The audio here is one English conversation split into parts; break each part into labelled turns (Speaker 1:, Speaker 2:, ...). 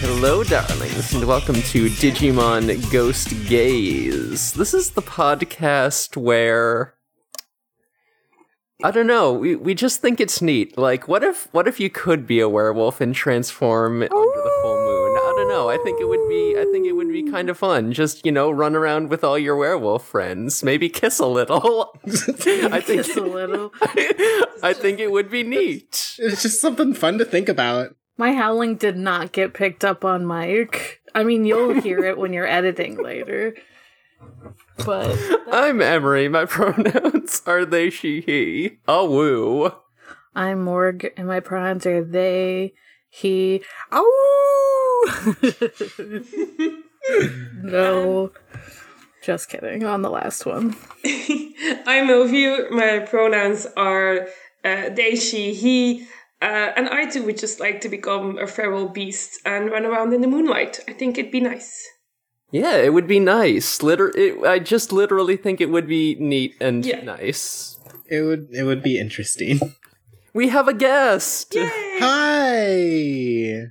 Speaker 1: Hello, darlings, and welcome to Digimon Ghost Gaze. This is the podcast where I don't know. We we just think it's neat. Like, what if what if you could be a werewolf and transform under the full moon? I don't know. I think it would be I think it would be kind of fun. Just you know, run around with all your werewolf friends. Maybe kiss a little. I think
Speaker 2: Kiss a little.
Speaker 1: I think it would be neat.
Speaker 3: It's just something fun to think about.
Speaker 2: My howling did not get picked up on mic. I mean, you'll hear it when you're editing later. But
Speaker 1: I'm Emery. My pronouns are they, she, he. A woo.
Speaker 2: I'm Morg, and my pronouns are they, he. Oh! no. Just kidding on the last one.
Speaker 4: I'm Milview. My pronouns are uh, they, she, he. Uh, and I too would just like to become a feral beast and run around in the moonlight. I think it'd be nice.
Speaker 1: Yeah, it would be nice. Liter- it, I just literally think it would be neat and
Speaker 4: Yeah.
Speaker 1: nice.
Speaker 3: It would it would be interesting.
Speaker 1: We have a guest.
Speaker 3: Hi.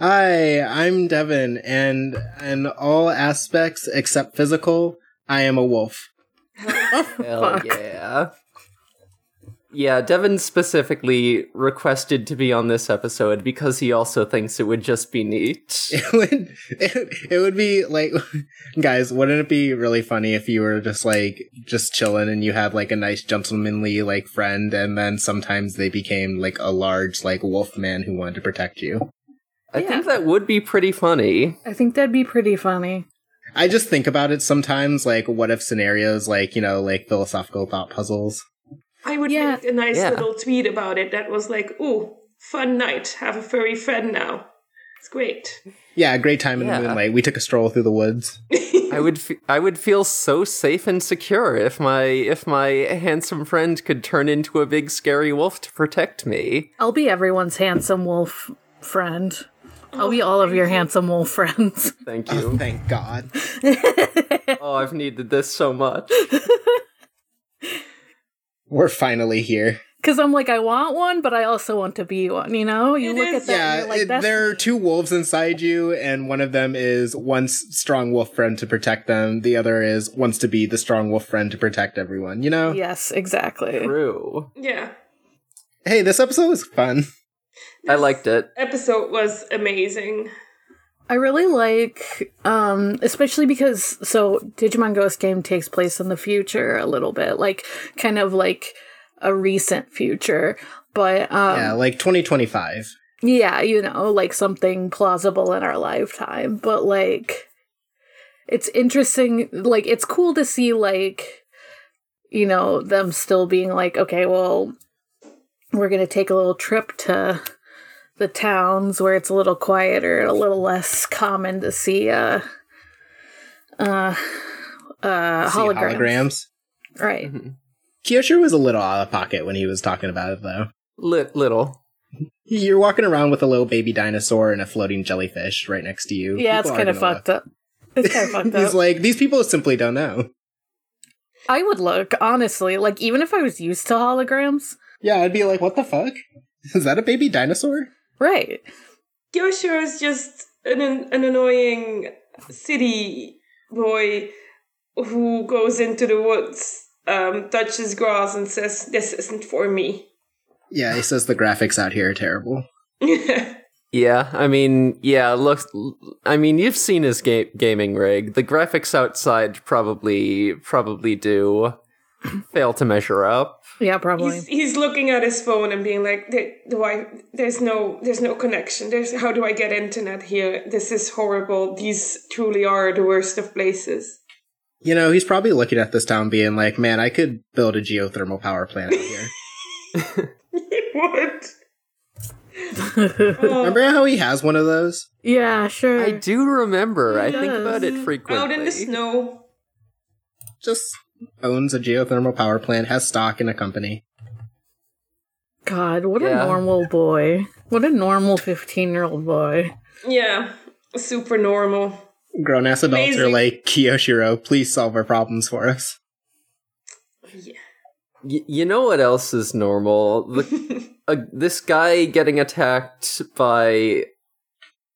Speaker 3: Hi, I'm Devin and in all aspects except physical, I am a wolf.
Speaker 1: Hell yeah. Yeah, Devin specifically requested to be on this episode because he also thinks it would just be neat.
Speaker 3: It would it, it would be like guys, wouldn't it be really funny if you were just like just chilling and you had like a nice gentlemanly like friend and then sometimes they became like a large like wolf man who wanted to protect you.
Speaker 1: I think that would be pretty funny.
Speaker 2: I think that'd be pretty funny.
Speaker 3: I just think about it sometimes, like what if scenarios, like you know, like philosophical thought puzzles.
Speaker 4: I would
Speaker 2: Yeah.
Speaker 4: make a nice
Speaker 1: Yeah.
Speaker 4: little tweet about it that was like, ooh, fun night. Have a furry friend now. It's great.
Speaker 3: Yeah, great time in
Speaker 1: Yeah.
Speaker 3: the moonlight. We took a stroll through the woods.
Speaker 1: I would f- I would feel so safe and secure if my if my handsome friend could turn into a big scary wolf to protect me.
Speaker 2: I'll be everyone's handsome wolf friend. I'll be all of your handsome wolf friends.
Speaker 1: Thank you.
Speaker 3: Oh, thank God.
Speaker 1: oh, I've needed this so much.
Speaker 3: We're finally here.
Speaker 2: Because I'm like, I want one, but I also want to be one, you know? You
Speaker 4: It
Speaker 2: look
Speaker 4: is-
Speaker 2: at that and
Speaker 3: Yeah,
Speaker 2: you're like,
Speaker 3: it-
Speaker 2: that's
Speaker 3: there are two wolves inside you, and one of them is one s- strong wolf friend to protect them. The other is wants to be the strong wolf friend to protect everyone. You know.
Speaker 2: Yes, exactly.
Speaker 1: True.
Speaker 4: Yeah.
Speaker 3: Hey, this episode was fun.
Speaker 1: I liked it.
Speaker 4: Episode was amazing.
Speaker 2: I really like, um, especially because so Digimon Ghost Game takes place in the future a little bit, like kind of like a recent future, but um,
Speaker 3: yeah, like 2025.
Speaker 2: yeah, you know, like something plausible in our lifetime, but like it's interesting like it's cool to see like you know, them still being like, okay, well, we're going to take a little trip to the towns where it's a little quieter, a little less common to see uh uh uh
Speaker 3: See
Speaker 2: holograms.
Speaker 3: holograms. Mm-hmm.
Speaker 2: Right.
Speaker 3: Kyosher was a little out of pocket when he was talking about it, though.
Speaker 1: Li- little.
Speaker 3: You're walking around with a little baby dinosaur and a floating jellyfish right next to you.
Speaker 2: Yeah, it's
Speaker 3: People are
Speaker 2: kind of
Speaker 3: gonna
Speaker 2: fucked up. It's kind of
Speaker 3: look.
Speaker 2: fucked up.
Speaker 3: He's like, these people simply don't know.
Speaker 2: I would look, honestly, like even if I was used to holograms,
Speaker 3: Yeah, I'd be like, what the fuck? Is that a baby dinosaur?
Speaker 2: Right.
Speaker 4: Kyosho is just an, an annoying city boy who goes into the woods, um, touches grass, and says, This isn't for me.
Speaker 3: Yeah, he says the graphics out here are terrible.
Speaker 1: Yeah, I mean, yeah, look, I mean, you've seen his ga- gaming rig. The graphics outside probably probably do fail to measure up.
Speaker 2: Yeah, probably.
Speaker 4: he's, he's looking at his phone and being like, "There- do I, There's no there's no connection. There's How do I get internet here? This is horrible. These truly are the worst of places.
Speaker 3: You know, he's probably looking at this town being like, man, I could build a geothermal power plant out here.
Speaker 4: what?
Speaker 3: Remember how he has one of those?
Speaker 2: yeah, sure.
Speaker 1: I do remember. I think
Speaker 2: Hmm. Yes.
Speaker 1: about it frequently.
Speaker 4: Out in the snow.
Speaker 3: Just owns a geothermal power plant, has stock in a company.
Speaker 2: God, what
Speaker 1: Yeah.
Speaker 2: a normal boy. What a normal 15 year old boy.
Speaker 4: Yeah, super normal.
Speaker 3: Grown ass adults are
Speaker 4: Amazing.
Speaker 3: like, Kiyoshiro, please solve our problems for us.
Speaker 1: Y- you know what else is normal? The, uh, this guy getting attacked by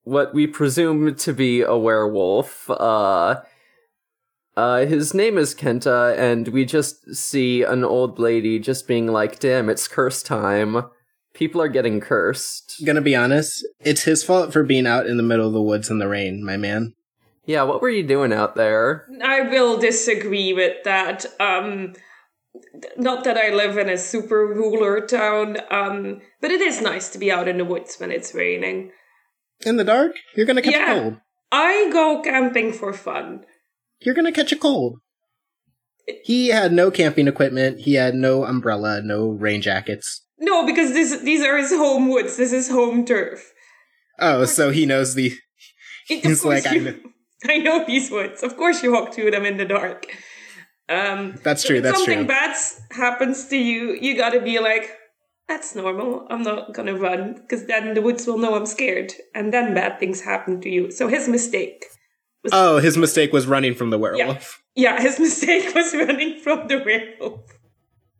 Speaker 1: what we presume to be a werewolf. Uh, uh, his name is Kenta, and we just see an old lady just being like, "Damn, it's curse time. People are getting cursed."
Speaker 3: Gonna be honest, it's his fault for being out in the middle of the woods in the rain, my man.
Speaker 1: Yeah, what were you doing out there?
Speaker 4: I will disagree with that. Um, th- not that I live in a super ruler town, um, but it is nice to be out in the woods when it's raining.
Speaker 3: In the dark, you're gonna catch
Speaker 4: Yeah.
Speaker 3: a cold.
Speaker 4: I go camping for fun.
Speaker 3: You're gonna catch a cold. He had no camping equipment. He had no umbrella, no rain jackets.
Speaker 4: No, because this these are his home woods. This is home turf.
Speaker 3: Oh, so he knows the.
Speaker 4: It,
Speaker 3: He's like,
Speaker 4: you-
Speaker 3: I know.
Speaker 4: I know these woods. Of course, you walk through them in the dark. Um,
Speaker 3: That's true.
Speaker 4: If
Speaker 3: That's
Speaker 4: something
Speaker 3: true.
Speaker 4: bad s- happens to you, you gotta be like, that's normal. I'm not gonna run because then the woods will know I'm scared, and then bad things happen to you. So his mistake.
Speaker 3: Oh, his mistake was running from the werewolf.
Speaker 4: Yeah, his mistake was running from the werewolf.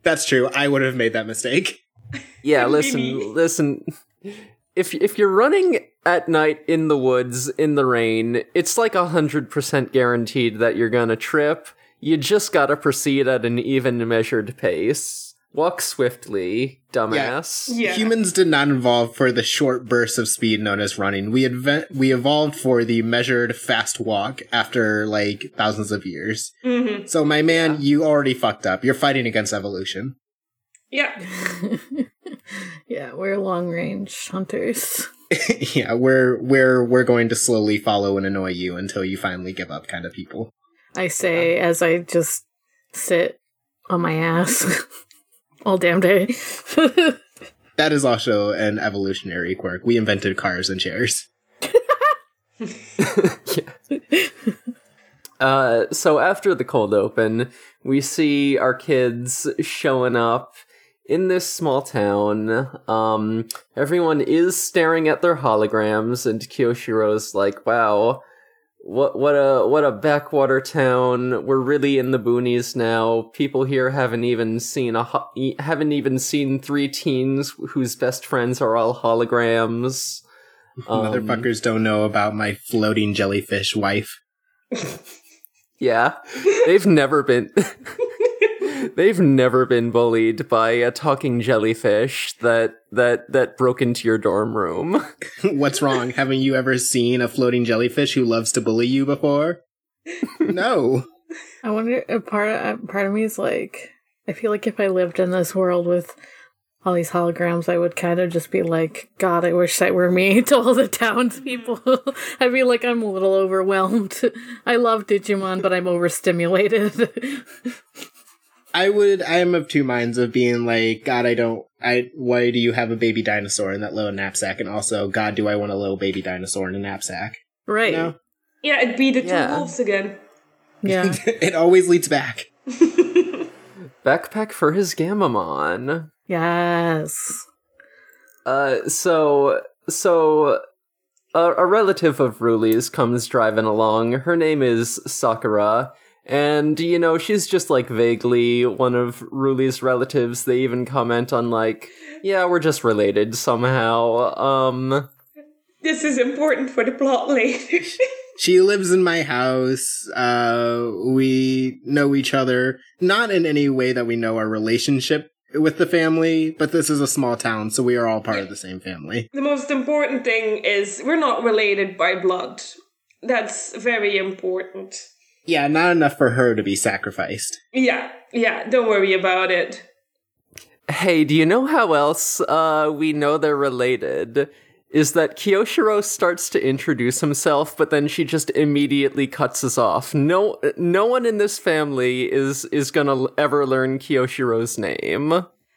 Speaker 3: That's true. I would have made that mistake.
Speaker 1: Yeah,
Speaker 4: Couldn't be me.
Speaker 1: listen, listen. If if you're running at night in the woods in the rain, it's like hundred percent guaranteed that you're gonna trip. You just gotta proceed at an even measured pace. Walk swiftly, dumbass.
Speaker 4: Yeah.
Speaker 3: Humans did not evolve for the short bursts of speed known as running. We advent- we evolved for the measured fast walk after like thousands of years.
Speaker 4: hmm
Speaker 3: So my man, you already fucked up. You're fighting against evolution.
Speaker 4: Yeah.
Speaker 2: yeah, we're long range hunters.
Speaker 3: yeah, we're we're we're going to slowly follow and annoy you until you finally give up kind of people.
Speaker 2: I say as I just sit on my ass all damn day.
Speaker 3: That is also an evolutionary quirk. We invented cars and chairs.
Speaker 1: Uh, so after the cold open, we see our kids showing up in this small town. Um, everyone is staring at their holograms, and Kyoshiro's like, "Wow, what what a what a backwater town. We're really in the boonies now. People here haven't even seen a ho- e- haven't even seen three teens whose best friends are all holograms." Um,
Speaker 3: Motherfuckers don't know about my floating jellyfish wife.
Speaker 1: Yeah. They've never been They've never been bullied by a talking jellyfish that that that broke into your dorm room.
Speaker 3: What's wrong? Haven't you ever seen a floating jellyfish who loves to bully you before? no.
Speaker 2: I wonder if part of, uh, part of me is like, I feel like if I lived in this world with all these holograms, I would kind of just be like, God, I wish that were me to all the townspeople. I'd be like, I'm a little overwhelmed. I love Digimon, but I'm overstimulated.
Speaker 3: I would I am of two minds of being like, God, I don't I why do you have a baby dinosaur in that little knapsack? And also, God, do I want a little baby dinosaur in a knapsack?
Speaker 2: right.
Speaker 3: No.
Speaker 4: Yeah, it'd be the two
Speaker 1: Yeah.
Speaker 4: wolves again.
Speaker 2: Yeah.
Speaker 3: it always leads back.
Speaker 1: Backpack for his Gamamon.
Speaker 2: yes.
Speaker 1: Uh, so so a, a relative of Ruli's comes driving along. Her name is Sakura, and you know she's just like vaguely one of Ruli's relatives. They even comment on like, yeah, we're just related somehow. Um,
Speaker 4: This is important for the plot later.
Speaker 3: She lives in my house. Uh, we know each other, not in any way that we know our relationship with the family, but this is a small town, so we are all part of the same family.
Speaker 4: the most important thing is we're not related by blood. That's very important.
Speaker 3: Yeah, not enough for her to be sacrificed.
Speaker 4: Yeah, yeah, don't worry about it.
Speaker 1: Hey, do you know how else uh, we know they're related? Is that Kyoshiro starts to introduce himself, but then she just immediately cuts us off. No, no one in this family is is gonna l- ever learn Kyoshiro's name.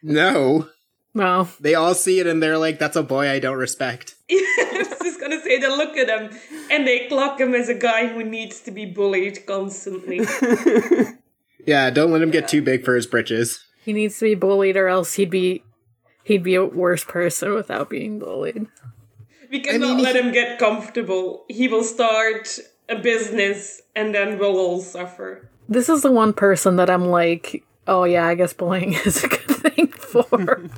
Speaker 3: No,
Speaker 2: No.
Speaker 3: they all see it and they're like, "That's a boy I don't respect."
Speaker 4: I was just gonna say they look at him and they clock him as a guy who needs to be bullied constantly.
Speaker 3: Yeah, don't let him get too big for his britches.
Speaker 2: He needs to be bullied or else he'd be he'd be a worse person without being bullied.
Speaker 4: We cannot let him get comfortable. He will start a business and then we'll all suffer.
Speaker 2: This is the one person that I'm like, oh yeah, I guess bullying is a good thing for.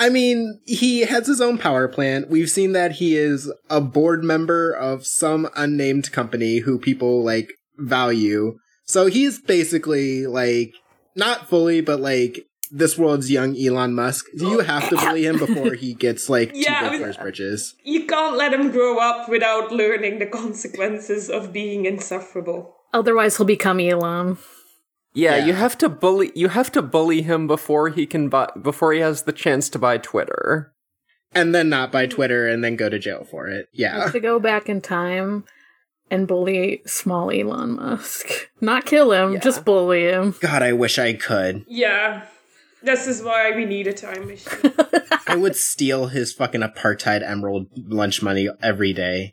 Speaker 3: I mean, he has his own power plant. We've seen that he is a board member of some unnamed company who people like value. So he's basically like not fully, but like this world's young Elon Musk. You have to bully him before he gets like
Speaker 4: Yeah,
Speaker 3: too
Speaker 4: I
Speaker 3: big
Speaker 4: was-
Speaker 3: for his britches.
Speaker 4: You can't let him grow up without learning the consequences of being insufferable.
Speaker 2: Otherwise, he'll become Elon.
Speaker 1: Yeah,
Speaker 3: Yeah.
Speaker 1: you have to bully you have to bully him before he can buy before he has the chance to buy Twitter.
Speaker 3: And then not by Twitter and then go to jail for it. Yeah.
Speaker 2: Have to go back in time and bully small Elon Musk. Not kill him,
Speaker 1: Yeah.
Speaker 2: just bully him.
Speaker 3: God, I wish I could.
Speaker 4: Yeah. This is why we need a time machine.
Speaker 3: I would steal his fucking apartheid emerald lunch money every day.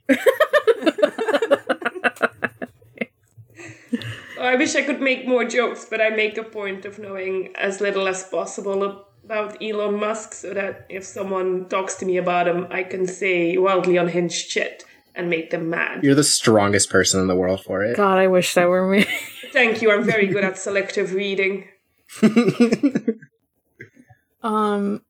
Speaker 4: Oh, I wish I could make more jokes, but I make a point of knowing as little as possible about Elon Musk so that if someone talks to me about him, I can say wildly unhinged shit and make them mad.
Speaker 3: You're the strongest person in the world for it.
Speaker 2: God, I wish that were me.
Speaker 4: Thank you, I'm very good at selective reading.
Speaker 2: Um,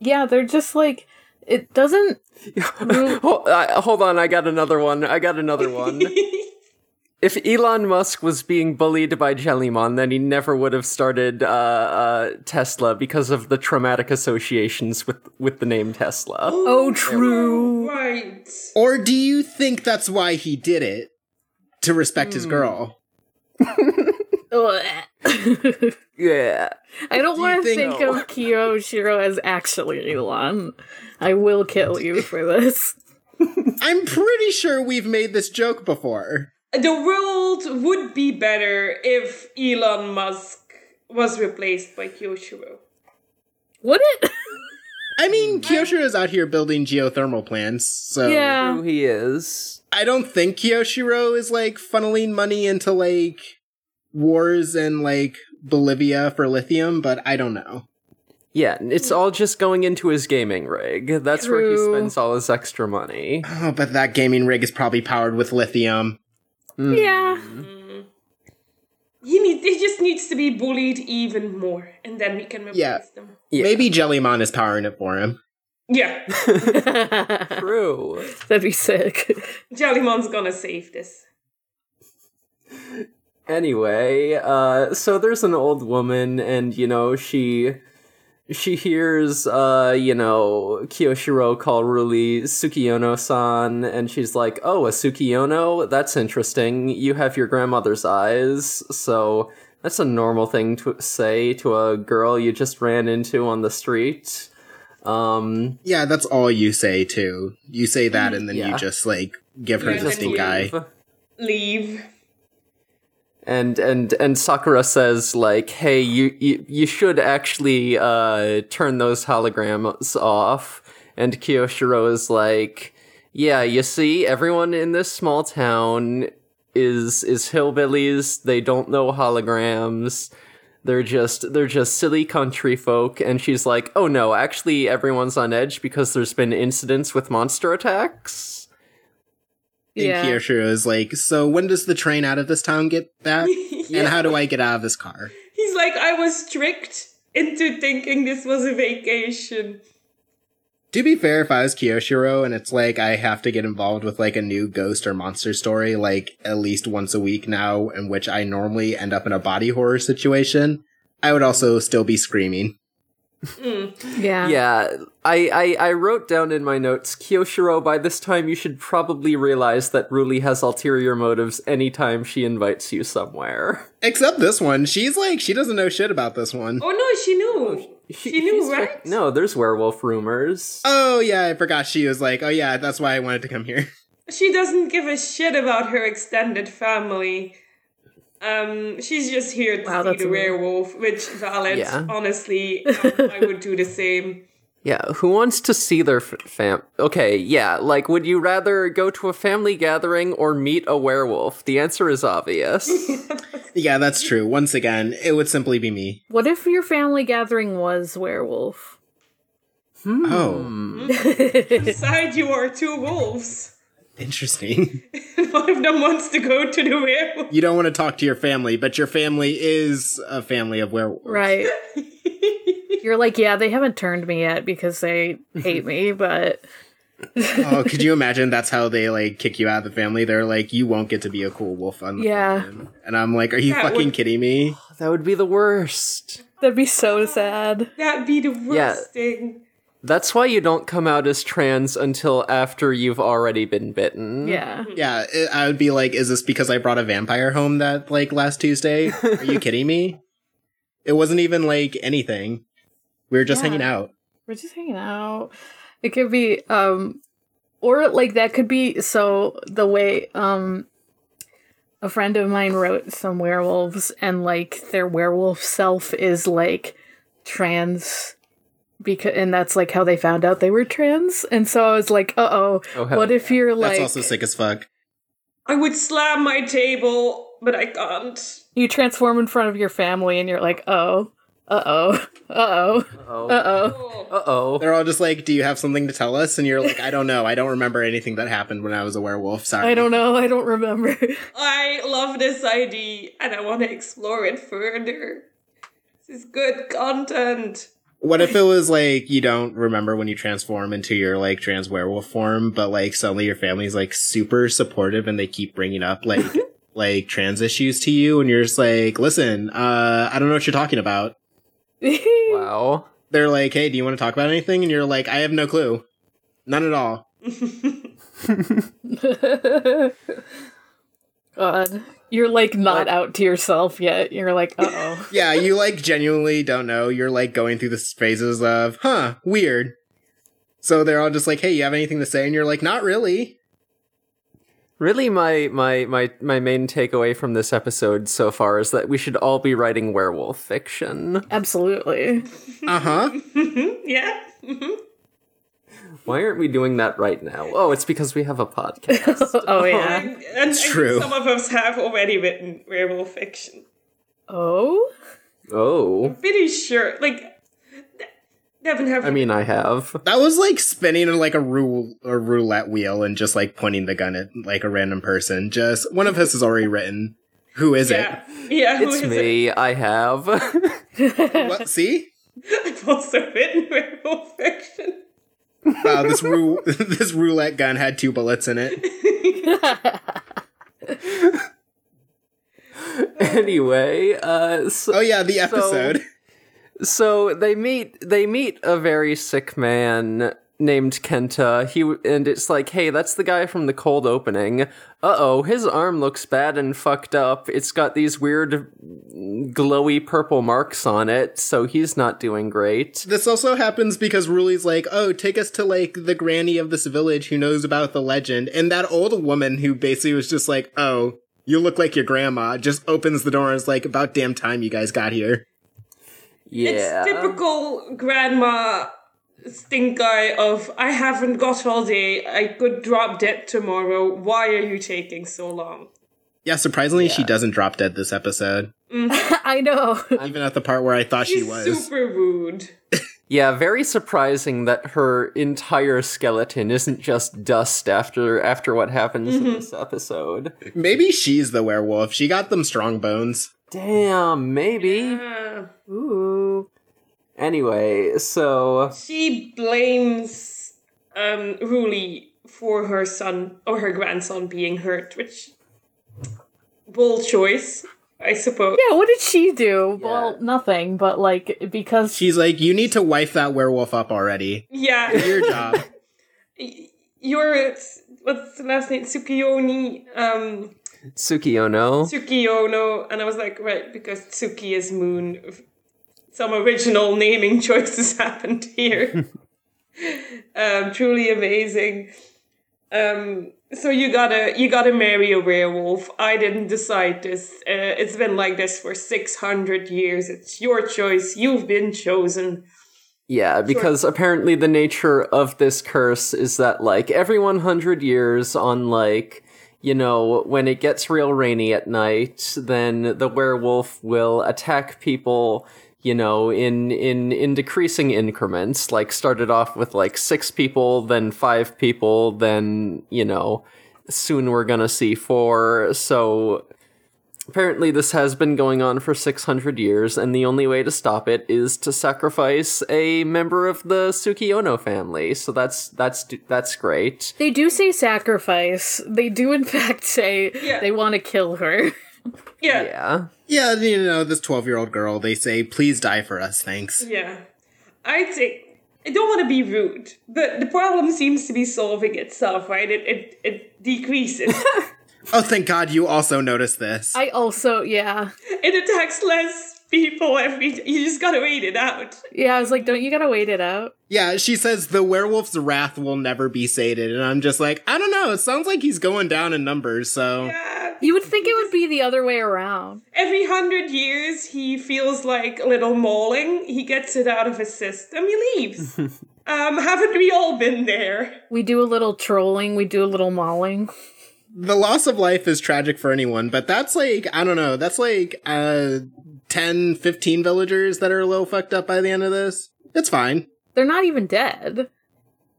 Speaker 2: yeah, they're just like it doesn't.
Speaker 1: Hold, uh, hold on, I got another one. I got another one. if Elon Musk was being bullied by Jellymon, then he never would have started uh, uh, Tesla because of the traumatic associations with with the name Tesla.
Speaker 2: Oh, true.
Speaker 4: Right.
Speaker 3: Or do you think that's why he did it? To respect his girl.
Speaker 2: Ugh.
Speaker 1: Yeah.
Speaker 2: I don't
Speaker 3: you
Speaker 2: want to
Speaker 3: think-
Speaker 2: think of Kiyoshiro as actually Elon. I will kill you for this.
Speaker 3: I'm pretty sure we've made this joke before.
Speaker 4: The world would be better if Elon Musk was replaced by Kyoshiro.
Speaker 2: Would it?
Speaker 3: I mean, Kyoshiro's out here building geothermal plants, so
Speaker 2: yeah.
Speaker 1: Who he is.
Speaker 3: I don't think Kyoshiro is like funneling money into like wars in like Bolivia for lithium, but I don't know.
Speaker 1: Yeah, it's all just going into his gaming rig. That's where he
Speaker 2: True.
Speaker 1: spends all his extra money.
Speaker 3: Oh, but that gaming rig is probably powered with lithium.
Speaker 1: Mm.
Speaker 2: Yeah.
Speaker 4: He, need, he just needs to be bullied even more, and then we can replace
Speaker 3: Yeah.
Speaker 4: them.
Speaker 1: Yeah.
Speaker 3: Maybe Jellymon is powering it for him.
Speaker 4: Yeah,
Speaker 2: That'd
Speaker 1: True.
Speaker 2: be sick.
Speaker 4: Jellymon's gonna save this.
Speaker 1: Anyway, uh, so there's an old woman, and you know she she hears uh, you know Kiyoshiro call Ruli Sukiyono-san, and she's like, "Oh, a Sukiyono? That's interesting. You have your grandmother's eyes, so that's a normal thing to say to a girl you just ran into on the street." Um,
Speaker 3: Yeah, that's all you say too. You say that and then
Speaker 1: Yeah.
Speaker 3: you just like give her
Speaker 4: Yeah,
Speaker 3: the
Speaker 4: then
Speaker 3: stink
Speaker 4: you-
Speaker 3: eye.
Speaker 4: Leave.
Speaker 1: and and and Sakura says like, "Hey, you you, you should actually uh, turn those holograms off." And Kiyoshiro is like, "Yeah, you see, everyone in this small town is is hillbillies. They don't know holograms. They're just they're just silly country folk." And she's like, "Oh no, actually, everyone's on edge because there's been incidents with monster attacks."
Speaker 3: And
Speaker 2: Yeah.
Speaker 3: Kyoshiro's is like, so when does the train out of this town get back? And how do I get out of this car?
Speaker 4: He's like, I was tricked into thinking this was a vacation.
Speaker 3: To be fair, if I was Kyoshiro and it's like I have to get involved with like a new ghost or monster story like at least once a week now, in which I normally end up in a body horror situation, I would also still be screaming.
Speaker 2: Yeah.
Speaker 1: Yeah, I, I I wrote down in my notes, Kyoshiro. By this time, you should probably realize that Ruli has ulterior motives anytime she invites you somewhere.
Speaker 3: Except this one. She's like, she doesn't know shit about this one.
Speaker 4: Oh no, she knew. She,
Speaker 1: she's
Speaker 4: knew,
Speaker 1: fr-
Speaker 4: right?
Speaker 1: No, there's werewolf rumors.
Speaker 3: Oh yeah, I forgot she was like, oh yeah, that's why I wanted to come here.
Speaker 4: She doesn't give a shit about her extended family. Um, she's just here to
Speaker 2: Wow,
Speaker 4: see
Speaker 2: that's
Speaker 4: the
Speaker 2: amazing.
Speaker 4: werewolf, which valid.
Speaker 1: Yeah.
Speaker 4: Honestly, um, I would do the same.
Speaker 1: Yeah, who wants to see their f- fam? Okay, yeah, like would you rather go to a family gathering or meet a werewolf? The answer is obvious.
Speaker 3: Yeah, that's true. Once again, it would simply be me.
Speaker 2: What if your family gathering was werewolf? Hmm.
Speaker 3: Oh,
Speaker 4: Inside, you are two wolves.
Speaker 3: interesting.
Speaker 4: One of them wants to go to the werewolf.
Speaker 3: You don't want to talk to your family, but your family is a family of werewolves.
Speaker 2: Right. You're like, yeah, they haven't turned me yet because they hate me, but
Speaker 3: oh, could you imagine? That's how they like kick you out of the family. They're like, you won't get to be a cool wolf. On the
Speaker 2: Yeah.
Speaker 3: farm." And I'm like, are you
Speaker 4: Yeah,
Speaker 3: fucking
Speaker 4: what-
Speaker 3: kidding me?
Speaker 1: That would be the worst.
Speaker 2: that'd be so sad.
Speaker 4: That'd be the worst
Speaker 1: Yeah.
Speaker 4: thing.
Speaker 1: That's why you don't come out as trans until after you've already been bitten.
Speaker 2: Yeah.
Speaker 3: Yeah, it, I would be like, is this because I brought a vampire home that like last Tuesday? Are you kidding me? It wasn't even like anything. We were just
Speaker 2: Yeah.
Speaker 3: hanging out.
Speaker 2: We're just hanging out. It could be um or like that could be so the way um a friend of mine wrote some werewolves and like their werewolf self is like trans because and that's like how they found out they were trans and so I was like, "Uh-oh,
Speaker 1: Oh, hell
Speaker 2: what if you're like
Speaker 3: That's also sick as fuck.
Speaker 4: I would slam my table, but I can't.
Speaker 2: you transform in front of your family and you're like, "Oh, uh-oh, uh-oh,
Speaker 1: Uh
Speaker 2: uh-oh."
Speaker 4: Oh.
Speaker 1: oh.
Speaker 3: They're all just like, do you have something to tell us? And you're like, I don't know. I don't remember anything that happened when I was a werewolf. Sorry.
Speaker 2: I don't know. I don't remember.
Speaker 4: I love this idea and I want to explore it further. This is good content.
Speaker 3: What if it was like you don't remember when you transform into your like trans werewolf form, but like suddenly your family's like super supportive and they keep bringing up like like trans issues to you, and you're just like, listen, uh, I don't know what you're talking about.
Speaker 1: Wow.
Speaker 3: They're like, hey, do you want to talk about anything? And you're like, I have no clue, none at all.
Speaker 2: God. You're like not out to yourself yet. You're like, uh oh.
Speaker 3: Yeah, you like genuinely don't know. You're like going through the phases of, huh, weird. So they're all just like, hey, you have anything to say? And you're like, not really.
Speaker 1: Really, my, my, my, my main takeaway from this episode so far is that we should all be writing werewolf fiction.
Speaker 2: Absolutely.
Speaker 3: Uh huh.
Speaker 4: yeah.
Speaker 1: Why aren't we doing that right now? Oh, it's because we have a podcast.
Speaker 2: oh, yeah.
Speaker 4: And, and I think
Speaker 3: True.
Speaker 4: some of us have already written werewolf fiction.
Speaker 2: Oh?
Speaker 1: oh.
Speaker 4: Pretty sure. Like, De- Devin, have
Speaker 1: I mean, I have.
Speaker 3: That was like spinning in like a, rule, a roulette wheel and just like pointing the gun at like a random person. Just one of us is already written. Who is
Speaker 4: yeah. Yeah, who
Speaker 1: It's
Speaker 4: is it?
Speaker 1: me. I have.
Speaker 3: it? What? See?
Speaker 4: I've also written werewolf fiction.
Speaker 3: Wow, this rou- this roulette gun had two bullets in it.
Speaker 1: anyway, uh, so,
Speaker 3: Oh yeah, the episode.
Speaker 1: so they meet they meet a very sick man named Kenta. He w- and it's like, hey, that's the guy from the cold opening. Uh oh, his arm looks bad and fucked up. It's got these weird glowy purple marks on it, so he's not doing great.
Speaker 3: This also happens because Ruli's like, "Oh, take us to like the granny of this village who knows about the legend." And that old woman who basically was just like, "Oh, you look like your grandma," just opens the door and is like, "About damn time you guys got here."
Speaker 1: Yeah.
Speaker 4: It's typical grandma stink eye of I haven't got all day. I could drop dead tomorrow. Why are you taking so long?
Speaker 3: Yeah, surprisingly, she doesn't drop dead this episode.
Speaker 2: I know.
Speaker 3: Even at the part where I thought she
Speaker 4: She's
Speaker 3: was.
Speaker 4: super rude.
Speaker 1: Yeah, very surprising that her entire skeleton isn't just dust after after what happens
Speaker 4: Mm-hmm.
Speaker 1: in this episode.
Speaker 3: Maybe she's the werewolf. She got them strong bones.
Speaker 1: Damn, maybe.
Speaker 4: Uh,
Speaker 2: Ooh.
Speaker 1: Anyway, so
Speaker 4: she blames um Ruli for her son or her grandson being hurt, which bold choice, I suppose.
Speaker 2: Yeah, what did she do?
Speaker 1: Yeah.
Speaker 2: Well, nothing, but like, because
Speaker 3: She's like, "You need to wife that werewolf up already.
Speaker 4: Yeah.
Speaker 3: Your job."
Speaker 4: y- Your what's the last name? Tsukioni um
Speaker 1: Tsukiyono.
Speaker 4: Tsuki Ono, and I was like, right, because Tsuki is moon. Some original naming choices happened here. um, truly amazing. Um, so you gotta you gotta marry a werewolf. I didn't decide this. Uh, it's been like this for six hundred years. It's your choice. You've been chosen.
Speaker 1: Yeah, because apparently the nature of this curse is that like every 100 years on like you know, when it gets real rainy at night, then the werewolf will attack people, you know, in in in decreasing increments, like started off with like 6 people, then 5 people, then, you know, soon we're going to see 4. So Apparently, this has been going on for 600 years, and the only way to stop it is to sacrifice a member of the Tsukiyono family. So that's that's that's great.
Speaker 2: They do say sacrifice. They do, in fact, say
Speaker 4: Yeah.
Speaker 2: they want to kill her.
Speaker 4: Yeah.
Speaker 1: Yeah,
Speaker 3: Yeah, you know, this 12 year old girl, they say, please die for us, thanks.
Speaker 4: Yeah. I think I don't want to be rude, but the problem seems to be solving itself, right? It it, it decreases.
Speaker 3: Oh, thank God you also noticed this.
Speaker 2: I also, yeah.
Speaker 4: it attacks less people every day. You just gotta wait it out.
Speaker 2: Yeah, I was like, don't you gotta wait it out?
Speaker 3: yeah, she says the werewolf's wrath will never be sated. And I'm just like, I don't know. It sounds like he's going down in numbers, so.
Speaker 4: Yeah.
Speaker 2: You would think it would be the other way around.
Speaker 4: Every hundred years, he feels like a little mauling. He gets it out of his system. He leaves. um, haven't we all been there?
Speaker 2: We do a little trolling, we do a little mauling.
Speaker 3: The loss of life is tragic for anyone, but that's like, I don't know, that's like uh, 10, 15 villagers that are a little fucked up by the end of this. It's fine.
Speaker 2: They're not even dead.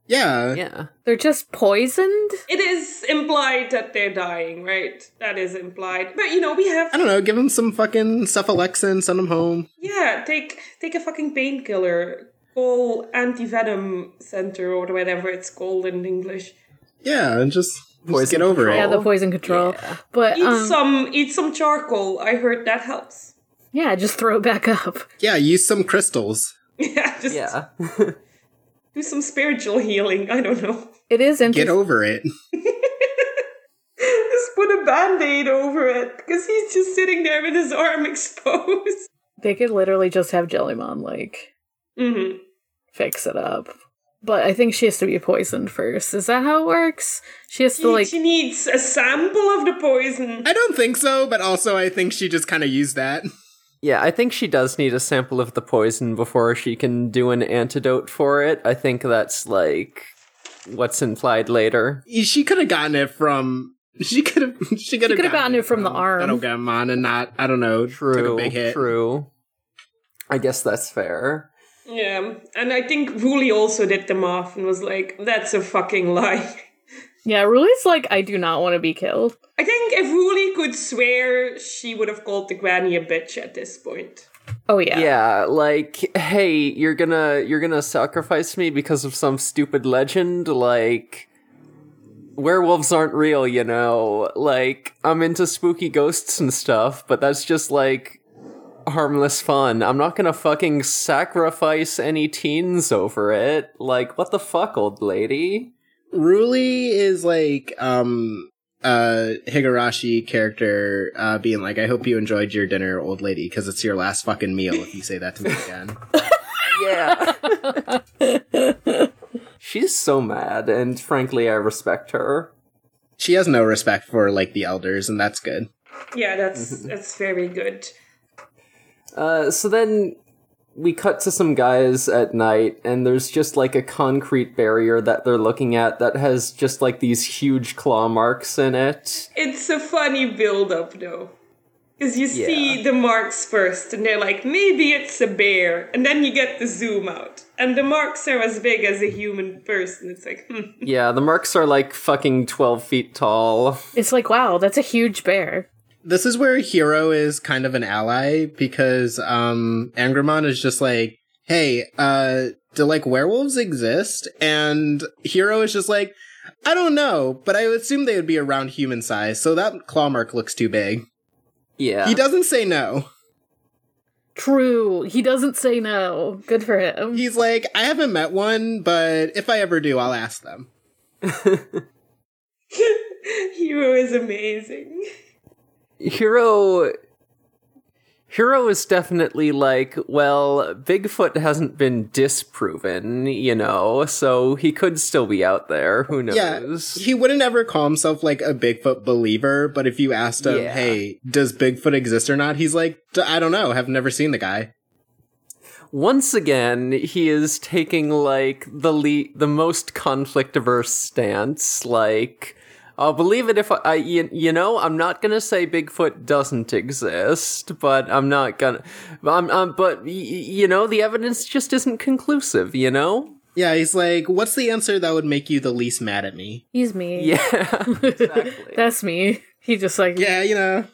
Speaker 3: Yeah.
Speaker 1: yeah.
Speaker 2: They're just poisoned.
Speaker 4: It is implied that they're dying, right? That is implied. But you know, we have
Speaker 3: I don't know, give him some fucking cephalexin, send him home.
Speaker 4: Yeah, take take a fucking painkiller. Call anti venom center or whatever it's called in English.
Speaker 3: Yeah, and just,
Speaker 1: Poison
Speaker 3: just get over
Speaker 1: control.
Speaker 2: Yeah,
Speaker 3: it.
Speaker 2: the poison control. But
Speaker 4: Eat
Speaker 2: um,
Speaker 4: some eat some charcoal. I heard that helps.
Speaker 2: yeah, just throw it back up.
Speaker 3: Yeah, use some crystals.
Speaker 4: Yeah, just
Speaker 1: Yeah.
Speaker 4: do some spiritual healing. I don't know.
Speaker 2: It is
Speaker 3: Get
Speaker 2: interesting.
Speaker 3: over it.
Speaker 4: Just put a band-aid over it. Because he's just sitting there with his arm exposed.
Speaker 2: They could literally just have Jellymon like
Speaker 4: hmm
Speaker 2: fix it up. But I think she has to be poisoned first. Is that how it works? She has
Speaker 4: She,
Speaker 2: to like
Speaker 4: she needs a sample of the poison.
Speaker 3: I don't think so, but also I think she just kind of used that.
Speaker 1: Yeah, I think she does need a sample of the poison before she can do an antidote for it. I think that's like what's implied later.
Speaker 3: She could have gotten it from. She could have. She could have
Speaker 2: could've gotten it from the arm.
Speaker 3: Ogamon and not. I don't know. Took a
Speaker 1: True.
Speaker 3: big hit.
Speaker 1: True. I guess that's fair.
Speaker 4: Yeah. And I think Ruli also did the math and was like, that's a fucking lie.
Speaker 2: Yeah, Ruli's like, I do not want to be killed.
Speaker 4: I think if Ruli could swear, she would have called the granny a bitch at this point.
Speaker 2: Oh yeah.
Speaker 1: Yeah, like hey, you're gonna you're gonna sacrifice me because of some stupid legend like werewolves aren't real, you know. Like I'm into spooky ghosts and stuff, but that's just like harmless fun. I'm not gonna fucking sacrifice any teens over it. Like what the fuck, old lady?
Speaker 3: Ruli is like um uh Higurashi character uh being like, I hope you enjoyed your dinner, old lady, because it's your last fucking meal if you say that to me again.
Speaker 1: Yeah. She's so mad and frankly I respect her.
Speaker 3: she has no respect for like the elders, and that's good.
Speaker 4: Yeah, that's that's very good.
Speaker 1: Uh, so then we cut to some guys at night, and there's just like a concrete barrier that they're looking at that has just like these huge claw marks in it.
Speaker 4: It's a funny build-up though. Because you see
Speaker 1: Yeah.
Speaker 4: the marks first, and they're like, maybe it's a bear. And then you get the zoom out. And the marks are as big as a human person. It's like, hmm.
Speaker 1: Yeah, the marks are like fucking 12 feet tall.
Speaker 2: It's like, wow, that's a huge bear.
Speaker 3: This is where Hero is kind of an ally because um Angramon is just like, hey, uh do like werewolves exist? And Hero is just like, I don't know, but I would assume they would be around human size, so that claw mark looks too big.
Speaker 1: Yeah.
Speaker 3: He doesn't say no.
Speaker 2: True. He doesn't say no. Good for him.
Speaker 3: He's like, I haven't met one, but if I ever do, I'll ask them.
Speaker 4: Hero is amazing.
Speaker 1: Hero. Hero is definitely like, well, Bigfoot hasn't been disproven, you know, so he could still be out there. Who knows?
Speaker 3: Yeah, he wouldn't ever call himself like a Bigfoot believer, but if you asked him,
Speaker 1: Yeah.
Speaker 3: hey, does Bigfoot exist or not? He's like, "D- I don't know, have never seen the guy.
Speaker 1: once again he is taking like the le- the most conflict averse stance like I'll believe it if I, I you, you know I'm not gonna say Bigfoot doesn't exist, but I'm not gonna, I'm, i but y- y- you know the evidence just isn't conclusive, you know.
Speaker 3: Yeah, he's like, what's the answer that would make you the least mad at me?
Speaker 2: He's me.
Speaker 1: Yeah, exactly.
Speaker 2: That's me. He just like
Speaker 3: Yeah, you know.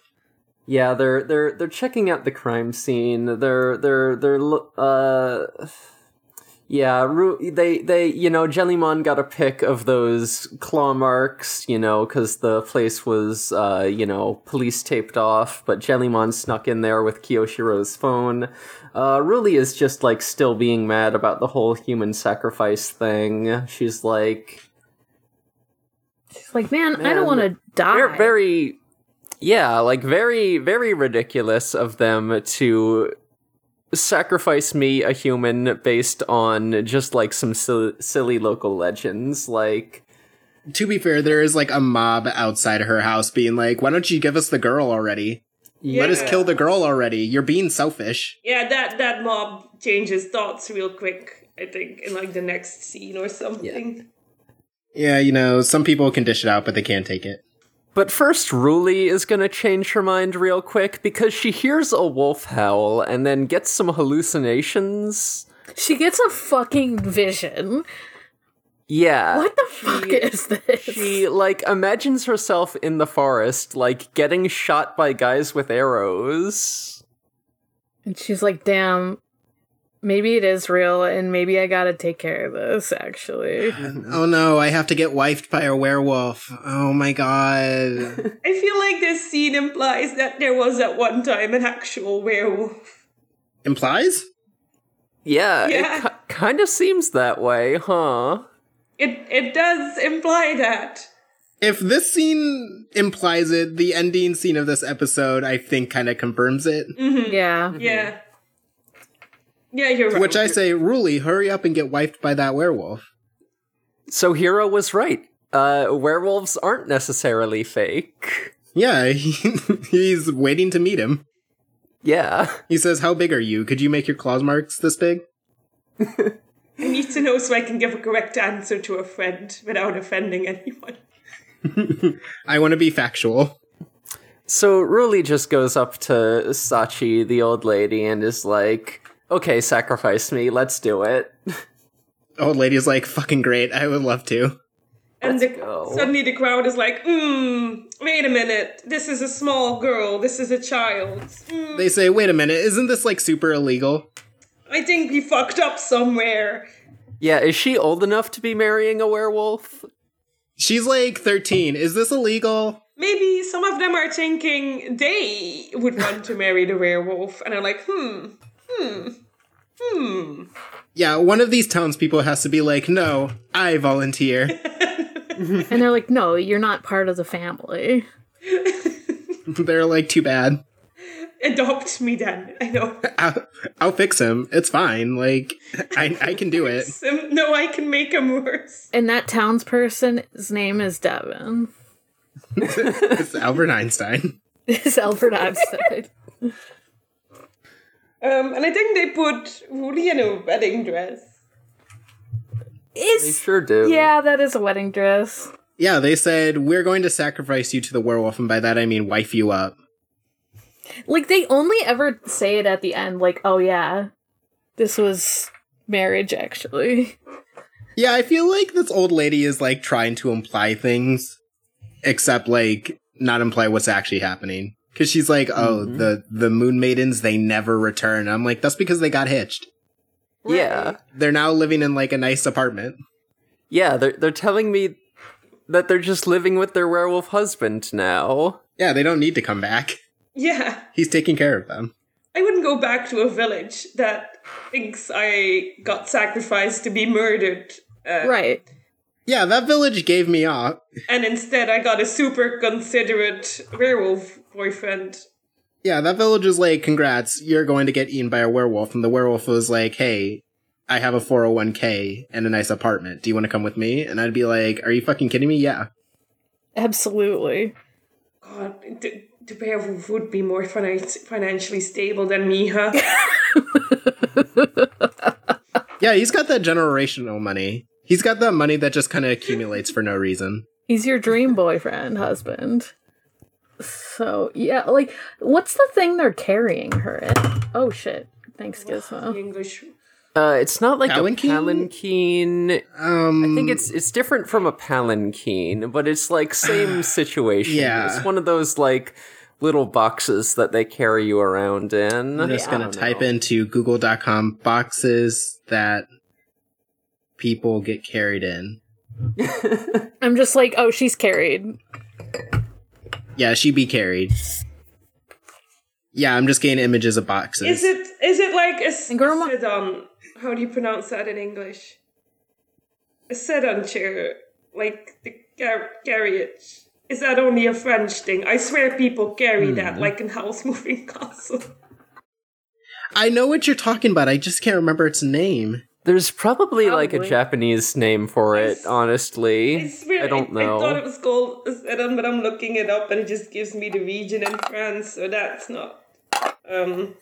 Speaker 1: Yeah, they're they're they're checking out the crime scene. They're they're they're lo- uh yeah, Ru- they they you know Jellymon got a pic of those claw marks, you know, cuz the place was uh you know police taped off, but Jellymon snuck in there with Kyoshiro's phone. Uh Ruli is just like still being mad about the whole human sacrifice thing. She's like
Speaker 2: She's like, man, I
Speaker 1: Man,
Speaker 2: don't want to die.
Speaker 1: very, very yeah like very very ridiculous of them to sacrifice me a human based on just like some silly, silly local legends like
Speaker 3: To be fair, there is like a mob outside her house being like, "Why don't you give us the girl already?
Speaker 1: yeah.
Speaker 3: Let us kill the girl already. You're being selfish."
Speaker 4: Yeah, that that mob changes thoughts real quick. I think in like the next scene or something.
Speaker 3: Yeah, you know, some people can dish it out, but they can't take it.
Speaker 1: but first Ruli is going to change her mind real quick because she hears a wolf howl and then gets some hallucinations
Speaker 2: she gets a fucking vision.
Speaker 1: yeah
Speaker 2: What the fuck is this?
Speaker 1: Uh, she like imagines herself in the forest like getting shot by guys with arrows
Speaker 2: and she's like, damn, maybe it is real, and maybe I gotta take care of this, actually.
Speaker 3: Oh no, I have to get wifed by a werewolf. Oh my god.
Speaker 4: I feel like this scene implies that there was at one time an actual werewolf.
Speaker 3: Implies?
Speaker 1: Yeah,
Speaker 4: Yeah.
Speaker 1: it ki- kind of seems that way, huh?
Speaker 4: It it does imply that.
Speaker 3: Mm-hmm. If this scene implies it, the ending scene of this episode, I think, kind of confirms it.
Speaker 2: yeah.
Speaker 4: Yeah. Yeah, you're right.
Speaker 3: Which I say, Ruli, hurry up and get wifed by that werewolf.
Speaker 1: So Hero was right. Uh, werewolves aren't necessarily fake.
Speaker 3: Yeah, he- he's waiting to meet him.
Speaker 1: Yeah.
Speaker 3: He says, How big are you? Could you make your claw marks this big?
Speaker 4: I need to know so I can give a correct answer to a friend without offending anyone.
Speaker 3: I want to be factual.
Speaker 1: So Ruli just goes up to Sachi, the old lady, and is like, okay, sacrifice me, let's do it.
Speaker 3: Old lady's like, Fucking great, I would love to.
Speaker 4: And the,
Speaker 1: go.
Speaker 4: suddenly the crowd is like, hmm, wait a minute. This is a small girl. This is a child. Mm,
Speaker 3: They say, Wait a minute, isn't this like super illegal?
Speaker 4: I think we fucked up somewhere.
Speaker 1: Yeah, is she old enough to be marrying a werewolf?
Speaker 3: She's like 13. Is this illegal?
Speaker 4: Maybe some of them are thinking they would want to marry the werewolf, and are like, hmm, hmm, hmm.
Speaker 3: Yeah, one of these townspeople has to be like, No, I volunteer.
Speaker 2: And they're like, no, you're not part of the family.
Speaker 3: They're like, Too bad.
Speaker 4: Adopt me then. I know.
Speaker 3: I'll, I'll fix him. It's fine. Like, I, I can do it.
Speaker 4: Some- no, I can make him worse.
Speaker 2: And that townsperson's name is Devin.
Speaker 3: It's Albert Einstein.
Speaker 2: It's Alfred Einstein.
Speaker 4: Um, and I think they put Woody in a wedding dress.
Speaker 1: They
Speaker 2: Is
Speaker 1: sure do.
Speaker 2: yeah, that is a wedding dress.
Speaker 3: Yeah, they said, We're going to sacrifice you to the werewolf, and by that I mean wife you up.
Speaker 2: Like they only ever say it at the end, like, oh yeah, this was marriage actually.
Speaker 3: Yeah, I feel like this old lady is like trying to imply things, except like not imply what's actually happening. Cause she's like, oh, the, the moon maidens, they never return. I'm like, that's because they got hitched.
Speaker 1: Yeah.
Speaker 3: They're now living in like a nice apartment.
Speaker 1: Yeah, they're, they're telling me that they're just living with their werewolf husband now.
Speaker 3: Yeah, they don't need to come back.
Speaker 4: Yeah,
Speaker 3: He's taking care of them.
Speaker 4: I wouldn't go back to a village that thinks I got sacrificed to be murdered. Uh,
Speaker 2: Right.
Speaker 3: Yeah, that village gave me up.
Speaker 4: And instead, I got a super considerate werewolf boyfriend.
Speaker 3: Yeah, that village is like, congrats, you're going to get eaten by a werewolf. And the werewolf was like, hey, I have a 401k and a nice apartment. Do you want to come with me? And I'd be like, are you fucking kidding me? Yeah.
Speaker 2: Absolutely.
Speaker 4: God, the, the werewolf would be more finan- financially stable than me, huh?
Speaker 3: Yeah, he's got that generational money. He's got that money that just kind of accumulates for no reason.
Speaker 2: He's your dream boyfriend, husband. So yeah, like what's the thing they're carrying her in? Oh shit. Thanks,
Speaker 4: The
Speaker 2: Gizmo.
Speaker 4: English.
Speaker 1: Uh, it's not like
Speaker 3: Palanquin?
Speaker 1: a palanquin.
Speaker 3: Um,
Speaker 1: I think it's it's different from a palanquin, but it's like same situation.
Speaker 3: Yeah.
Speaker 1: It's one of those like little boxes that they carry you around in.
Speaker 3: I'm just
Speaker 2: Yeah.
Speaker 4: Oh,
Speaker 3: gonna type into google.com boxes that people get carried in.
Speaker 2: I'm just like, oh, she's carried.
Speaker 3: Yeah, she be carried. Yeah, I'm just getting images of boxes.
Speaker 4: Is it is it like a, s- a
Speaker 2: grandma-
Speaker 4: sedan? How do you pronounce that in English? A sedan chair, like the car- carriage. Is that only a French thing? I swear people carry that like in house moving castle.
Speaker 3: I know what you're talking about. I just can't remember its name.
Speaker 1: There's probably, like a
Speaker 2: Probably.
Speaker 1: Japanese name for it,
Speaker 4: s-
Speaker 1: honestly.
Speaker 4: I swear,
Speaker 1: don't
Speaker 4: I,
Speaker 1: know.
Speaker 4: thought it was called a sedan, but I'm looking it up and it just gives me the region in France, so that's not. Um,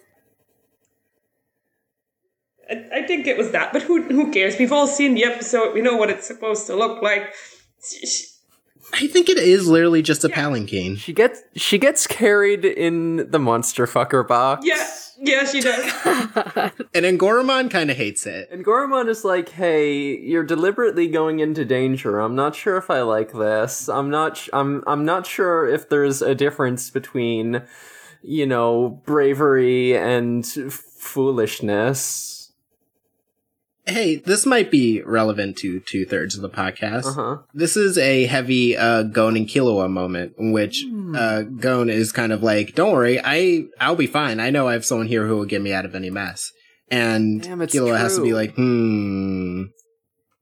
Speaker 4: I, I think it was that, but who who cares? We've all seen the episode. We know what it's supposed to look like. Sh- sh-
Speaker 3: I think it is literally just a palanquin.
Speaker 1: she gets she gets carried in the monster fucker box.
Speaker 4: Yeah, yeah, she does.
Speaker 3: And Angoramon kind of hates it.
Speaker 1: And Goromon is like, "Hey, you're deliberately going into danger. I'm not sure if I like this. I'm not. Sh- I'm. I'm not sure if there's a difference between, you know, bravery and f- foolishness."
Speaker 3: Hey, this might be relevant to two thirds of the podcast.
Speaker 4: Uh-huh.
Speaker 1: Uh huh.
Speaker 3: This is a heavy uh, Gon and Killua moment, in which
Speaker 1: Hmm.
Speaker 3: uh, Gon is kind of like, "Don't worry, I I'll be fine. I know I have someone here who will get me out of any mess." And
Speaker 1: Damn,
Speaker 3: Killua
Speaker 1: it's
Speaker 3: has to be
Speaker 1: true.
Speaker 3: like, "Hmm,"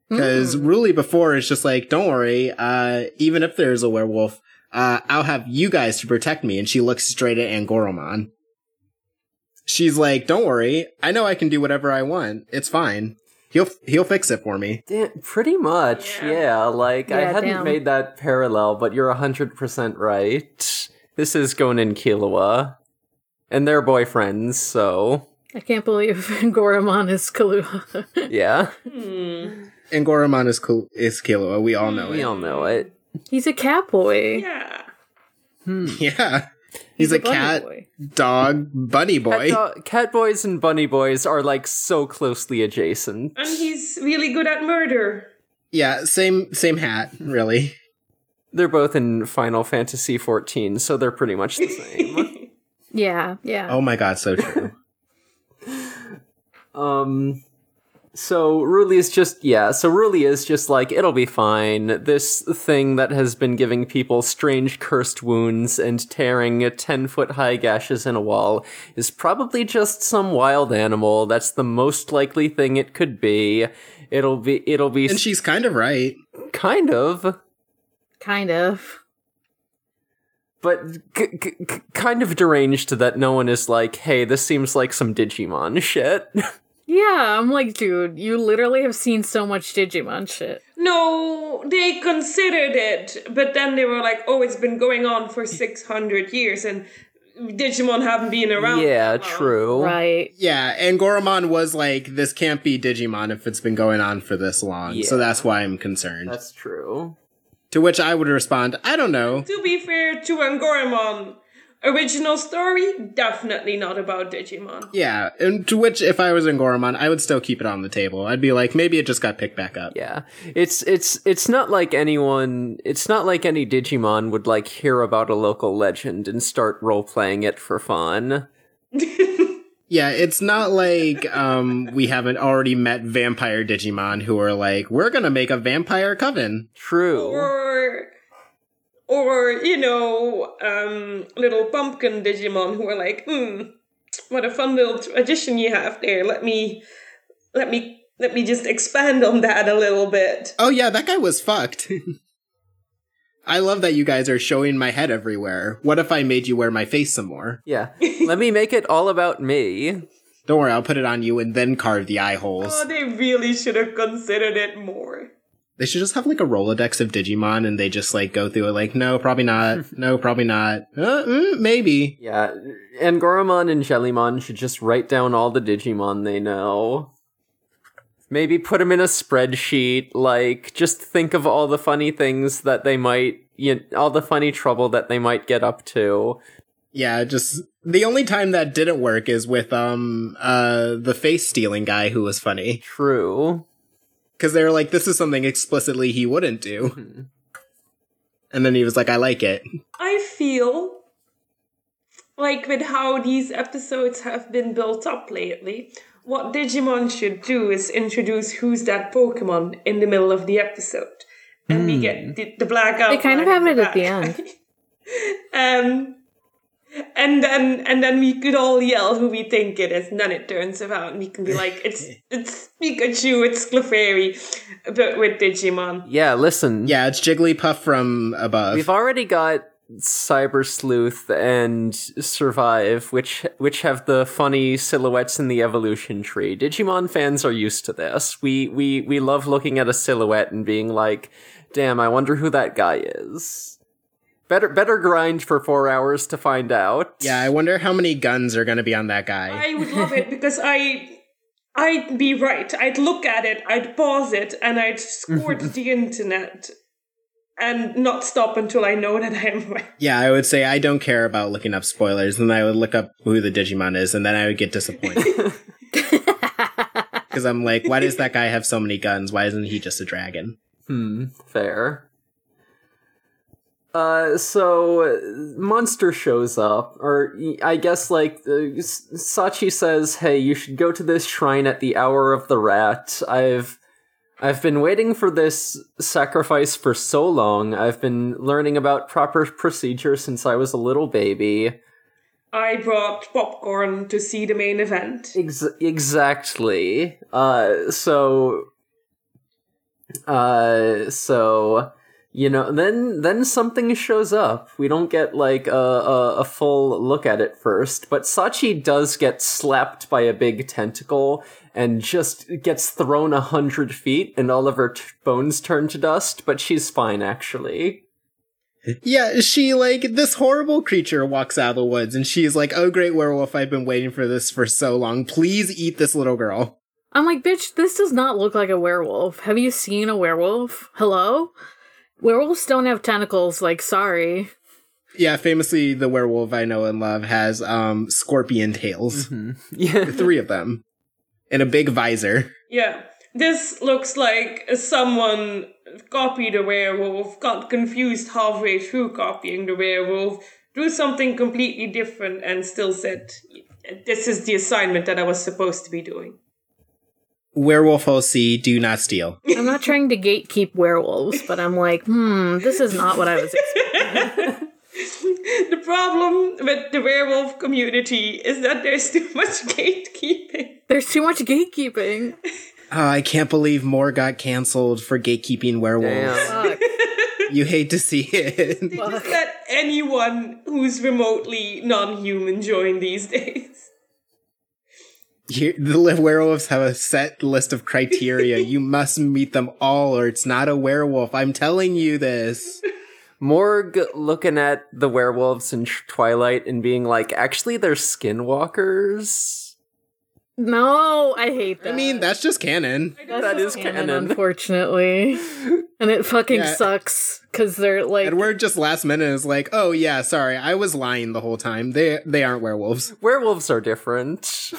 Speaker 3: because Ruli before is just like, "Don't worry, uh, even if there's a werewolf, uh, I'll have you guys to protect me." And she looks straight at Angoromon. She's like, "Don't worry, I know I can do whatever I want. It's fine. He'll he'll fix it for me."
Speaker 1: Damn, pretty much. Yeah.
Speaker 4: Yeah.
Speaker 1: like I
Speaker 2: Yeah,
Speaker 1: hadn't
Speaker 2: damn.
Speaker 1: made that parallel, but you're hundred percent right. This is Gonin Killua, and they're boyfriends. So
Speaker 2: I can't believe Goramon is Kaluha.
Speaker 1: yeah,
Speaker 4: Hmm.
Speaker 3: Angoramon is Kil- is Killua. We all know it.
Speaker 1: we all know it.
Speaker 2: He's a cat boy.
Speaker 4: Yeah.
Speaker 3: Yeah. Hmm. He's, a,
Speaker 2: bunny
Speaker 3: cat,
Speaker 2: boy.
Speaker 3: dog, bunny boy.
Speaker 1: Cat, do- cat boys and bunny boys are like so closely adjacent.
Speaker 4: And he's really good at murder.
Speaker 3: Yeah, same same hat, really.
Speaker 1: They're both in Final Fantasy 14, so they're pretty much the same.
Speaker 2: Yeah, yeah.
Speaker 3: Oh my god, so true.
Speaker 1: um so Ruli is just yeah, so Ruli is just like it'll be fine. This thing that has been giving people strange cursed wounds and tearing 10-foot high gashes in a wall is probably just some wild animal. That's the most likely thing it could be. It'll be it'll be
Speaker 3: and she's kind of right.
Speaker 1: kind of
Speaker 2: Kind of.
Speaker 1: but c- c- c- kind of deranged that no one is like, hey, this seems like some Digimon shit.
Speaker 2: Yeah, I'm like, dude, you literally have seen so much Digimon shit.
Speaker 4: No, they considered it, but then they were like, "Oh, it's been going on for six hundred years, and Digimon haven't been around."
Speaker 1: yeah,
Speaker 4: that long."
Speaker 1: true.
Speaker 2: Right.
Speaker 3: Yeah, and Goromon was like, this can't be Digimon if it's been going on for this long. So
Speaker 1: Yeah.
Speaker 3: that's why I'm concerned.
Speaker 1: That's true.
Speaker 3: to which I would respond, I don't know.
Speaker 4: To be fair to Angoramon, original story definitely not about Digimon.
Speaker 3: Yeah, and to which if I was in Goromon, I would still keep it on the table. I'd be like, maybe it just got picked back up.
Speaker 1: Yeah. It's it's it's not like anyone it's not like any Digimon would like hear about a local legend and start role playing it for fun.
Speaker 3: Yeah, it's not like um, we haven't already met vampire Digimon who are like, we're gonna make a vampire coven.
Speaker 1: True.
Speaker 4: Or, or you know, um, little pumpkin Digimon who are like, "Hmm, what a fun little tradition you have there. Let me, let me, let me just expand on that a little bit."
Speaker 3: Oh yeah, that guy was fucked. I love that you guys are showing my head everywhere. What if I made you wear my face some more?
Speaker 1: Yeah. Let me make it all about me.
Speaker 3: Don't worry, I'll put it on you and then carve the eye holes.
Speaker 4: Oh, they really should have considered it more.
Speaker 3: They should just have like a Rolodex of Digimon and they just like go through it like, no, probably not. No, probably not. Uh, mm, maybe.
Speaker 1: Yeah. And Goromon and Jellymon should just write down all the Digimon they know. Maybe put them in a spreadsheet. Like, just think of all the funny things that they might, you all the funny trouble that they might get up to.
Speaker 3: Yeah, just the only time that didn't work is with um uh the face stealing guy who was funny.
Speaker 1: True.
Speaker 3: Because they were like, this is something explicitly he wouldn't do.
Speaker 1: Mhm.
Speaker 3: And then he was like, I like it.
Speaker 4: I feel like with how these episodes have been built up lately, what Digimon should do is introduce who's that Pokemon in the middle of the episode. And we get the, the black
Speaker 2: They kind of
Speaker 4: outline
Speaker 2: have it at the
Speaker 4: back.
Speaker 2: end.
Speaker 4: Um, and then and then we could all yell who we think it is, and then it turns out and we can be like, it's it's Pikachu, it's Clefairy, but with Digimon.
Speaker 1: Yeah, listen.
Speaker 3: Yeah, it's Jigglypuff from above.
Speaker 1: We've already got Cyber Sleuth and Survive, which which have the funny silhouettes in the evolution tree. Digimon fans are used to this. We we we love looking at a silhouette and being like, "Damn, I wonder who that guy is." Better better grind for 4 hours to find out.
Speaker 3: yeah, I wonder how many guns are going to be on that guy.
Speaker 4: I would love it because I I'd be right. I'd look at it, I'd pause it, and I'd scour the internet and not stop until I know that I'm right.
Speaker 3: yeah, I would say I don't care about looking up spoilers, and I would look up who the Digimon is, and then I would get disappointed. Because I'm like, why does that guy have so many guns? Why isn't he just a dragon?
Speaker 1: Hmm, fair. Uh, so uh, monster shows up, or y- I guess like uh, S- Sachi says, "Hey, you should go to this shrine at the hour of the rat." I've I've been waiting for this sacrifice for so long. I've been learning about proper procedure since I was a little baby.
Speaker 4: I brought popcorn to see the main event.
Speaker 1: Ex- exactly. Uh, so, uh, so you know, then then something shows up. We don't get like a, a a full look at it first, but Sachi does get slapped by a big tentacle and just gets thrown a hundred feet, and all of her t- bones turn to dust. But she's fine, actually.
Speaker 3: Yeah, she like this horrible creature walks out of the woods, and she's like, "Oh, great werewolf! I've been waiting for this for so long. Please eat this little girl."
Speaker 2: I'm like, bitch, this does not look like a werewolf. Have you seen a werewolf? Hello? Werewolves don't have tentacles, like, sorry.
Speaker 3: Yeah, famously, the werewolf I know and love has um scorpion tails,
Speaker 1: Mm-hmm. Yeah.
Speaker 3: three of them, and a big visor.
Speaker 4: Yeah. This looks like someone copied a werewolf, got confused halfway through copying the werewolf, drew something completely different, and still said, This is the assignment that I was supposed to be doing.
Speaker 3: Werewolf OC, do not steal.
Speaker 2: I'm not trying to gatekeep werewolves, but I'm like, hmm, this is not what I was expecting.
Speaker 4: The problem with the werewolf community is that there's too much gatekeeping.
Speaker 2: There's too much gatekeeping.
Speaker 3: Oh, I can't believe more got canceled for gatekeeping werewolves.
Speaker 1: Damn.
Speaker 2: Fuck.
Speaker 3: You hate to see it.
Speaker 4: Just let anyone who's remotely non human join these days.
Speaker 3: Here, the live werewolves have a set list of criteria. you must meet them all, or it's not a werewolf. I'm telling you this.
Speaker 1: Morg looking at the werewolves in Twilight and being like, actually, they're skinwalkers.
Speaker 2: No, I hate that.
Speaker 3: I mean, that's just canon.
Speaker 2: That's
Speaker 1: that
Speaker 2: just
Speaker 1: is canon.
Speaker 2: Unfortunately. And it fucking
Speaker 3: Yeah.
Speaker 2: sucks because they're like,
Speaker 3: Edward just last minute is like, "Oh yeah, sorry, I was lying the whole time. They they aren't werewolves.
Speaker 1: Werewolves are different.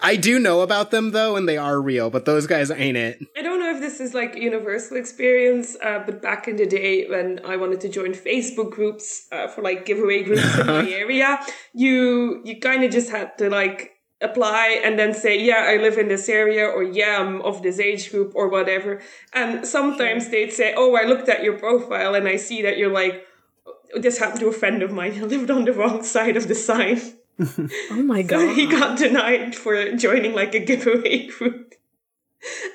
Speaker 3: I do know about them though, and they are real. But those guys ain't it.
Speaker 4: I don't know if this is like a universal experience, uh, but back in the day when I wanted to join Facebook groups uh, for like giveaway groups in my area, you you kind of just had to like apply and then say, yeah, I live in this area, or yeah, I'm of this age group, or whatever. And sometimes they'd say, oh, I looked at your profile and I see that you're like, this happened to a friend of mine. He lived on the wrong side of the sign.
Speaker 2: oh my
Speaker 4: So
Speaker 2: god.
Speaker 4: he got denied for joining like a giveaway group.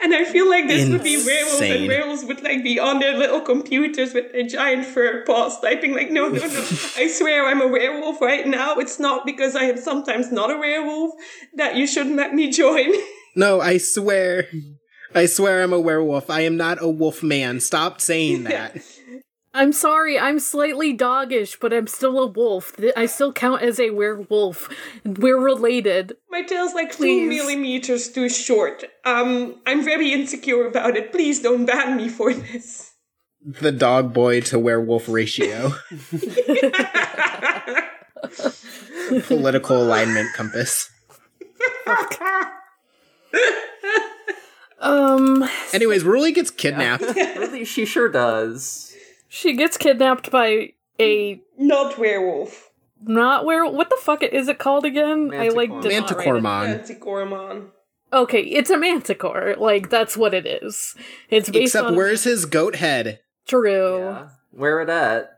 Speaker 4: And I feel like this would be werewolves, and
Speaker 3: Insane.
Speaker 4: werewolves would like be on their little computers with their giant fur paws, typing like, "No, no, no! I swear I'm a werewolf right now. It's not because I am sometimes not a werewolf that you shouldn't let me join."
Speaker 3: No, I swear." I swear I'm a werewolf. I am not a wolf man. Stop saying that.
Speaker 2: I'm sorry, I'm slightly doggish, but I'm still a wolf. Th- I still count as a werewolf. We're related.
Speaker 4: My tail's like two
Speaker 2: Please.
Speaker 4: millimeters too short. Um, I'm very insecure about it. Please don't ban me for this.
Speaker 3: the dog boy to werewolf ratio. Political alignment compass.
Speaker 2: Um,
Speaker 3: Anyways, Ruli gets kidnapped.
Speaker 1: really, she sure does.
Speaker 2: she gets kidnapped by a
Speaker 4: Not werewolf.
Speaker 2: not where what the fuck is it called again? I like did not write it.
Speaker 3: Manticoremon.
Speaker 4: Anticormon.
Speaker 2: Okay, it's a manticore. Like that's what it is. It's based
Speaker 3: Except
Speaker 2: on
Speaker 3: where's his goat head?
Speaker 2: true.
Speaker 1: Yeah. Where it at?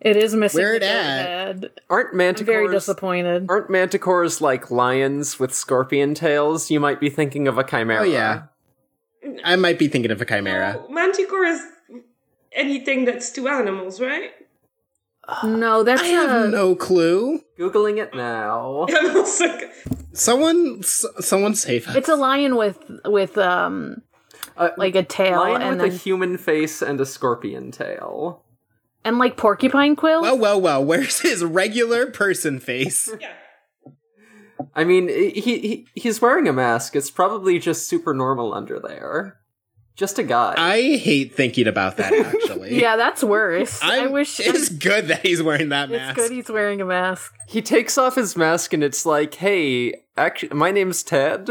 Speaker 2: It is missing.
Speaker 3: Where
Speaker 2: the
Speaker 3: it at?
Speaker 2: dead head.
Speaker 1: Aren't
Speaker 2: I'm very
Speaker 1: manticores?
Speaker 2: disappointed.
Speaker 1: Aren't manticores like lions with scorpion tails? You might be thinking of a chimera.
Speaker 3: Oh yeah. I might be thinking of a chimera.
Speaker 4: No, Oh, Manticore is anything that's two animals, right?
Speaker 2: No, that's
Speaker 3: Ah, I
Speaker 2: a,
Speaker 3: have no clue.
Speaker 1: Googling it now.
Speaker 4: I'm also g-
Speaker 3: Someone, s- someone save us.
Speaker 2: it's a lion with with um
Speaker 1: Uh,
Speaker 2: like a tail
Speaker 1: lion
Speaker 2: and
Speaker 1: with
Speaker 2: then,
Speaker 1: a human face and a scorpion tail.
Speaker 2: and like porcupine quills.
Speaker 3: Well, well, well. Where's his regular person face?
Speaker 4: yeah.
Speaker 1: I mean, he, he he's wearing a mask. It's probably just super normal under there. Just a guy.
Speaker 3: I hate thinking about that. Actually,
Speaker 2: yeah, that's worse. i
Speaker 3: I'm-
Speaker 2: wish um,
Speaker 3: it's good that he's wearing that
Speaker 2: it's
Speaker 3: mask.
Speaker 2: good he's wearing a mask.
Speaker 1: he takes off his mask and it's like, "Hey, actually, my name's Ted."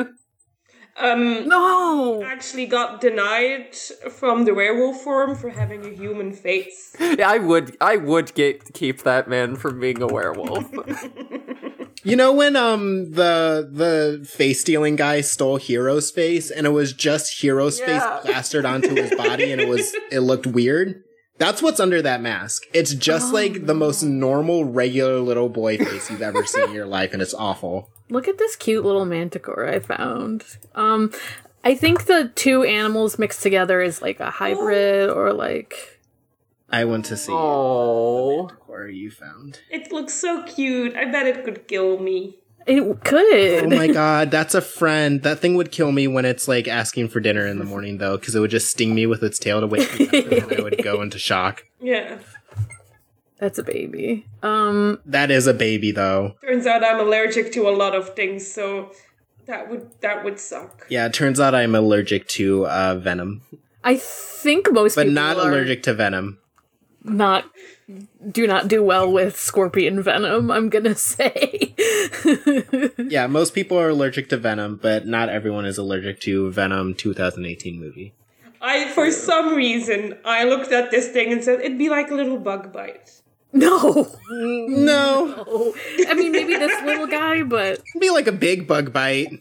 Speaker 4: Um,
Speaker 2: No.
Speaker 4: actually got denied from the werewolf forum for having a human face.
Speaker 1: Yeah, I would I would get, keep that man from being a werewolf.
Speaker 3: You know when um the the face stealing guy stole Hero's face and it was just Hero's
Speaker 1: Yeah.
Speaker 3: face plastered onto his body and it was it looked weird. That's what's under that mask. It's
Speaker 2: Oh.
Speaker 3: just like the most normal, regular little boy face you've ever seen in your life, and it's awful.
Speaker 2: Look at this cute little manticore I found. Um I think the two animals mixed together is like a hybrid or like
Speaker 3: I want to see
Speaker 1: oh,
Speaker 3: where you found.
Speaker 4: It looks so cute. I bet it could kill me.
Speaker 2: it could.
Speaker 3: Oh my god, that's a friend. That thing would kill me when it's like asking for dinner in the morning, though, because it would just sting me with its tail to wake me up, and then I would go into shock.
Speaker 4: Yeah.
Speaker 2: That's a baby. Um
Speaker 3: That is a baby, though.
Speaker 4: Turns out I'm allergic to a lot of things, so that would that would suck.
Speaker 3: Yeah, it turns out I'm allergic to uh, venom,
Speaker 2: I think most
Speaker 3: but
Speaker 2: people
Speaker 3: not
Speaker 2: are
Speaker 3: allergic to venom.
Speaker 2: not do not do well with scorpion venom, I'm gonna say.
Speaker 3: Yeah, most people are allergic to venom, but not everyone is allergic to Venom 2018 movie.
Speaker 4: I for some reason I looked at this thing and said it'd be like a little bug bite.
Speaker 2: no.
Speaker 3: No,
Speaker 2: Oh, I mean maybe this little guy, but
Speaker 3: it'd be like a big bug bite.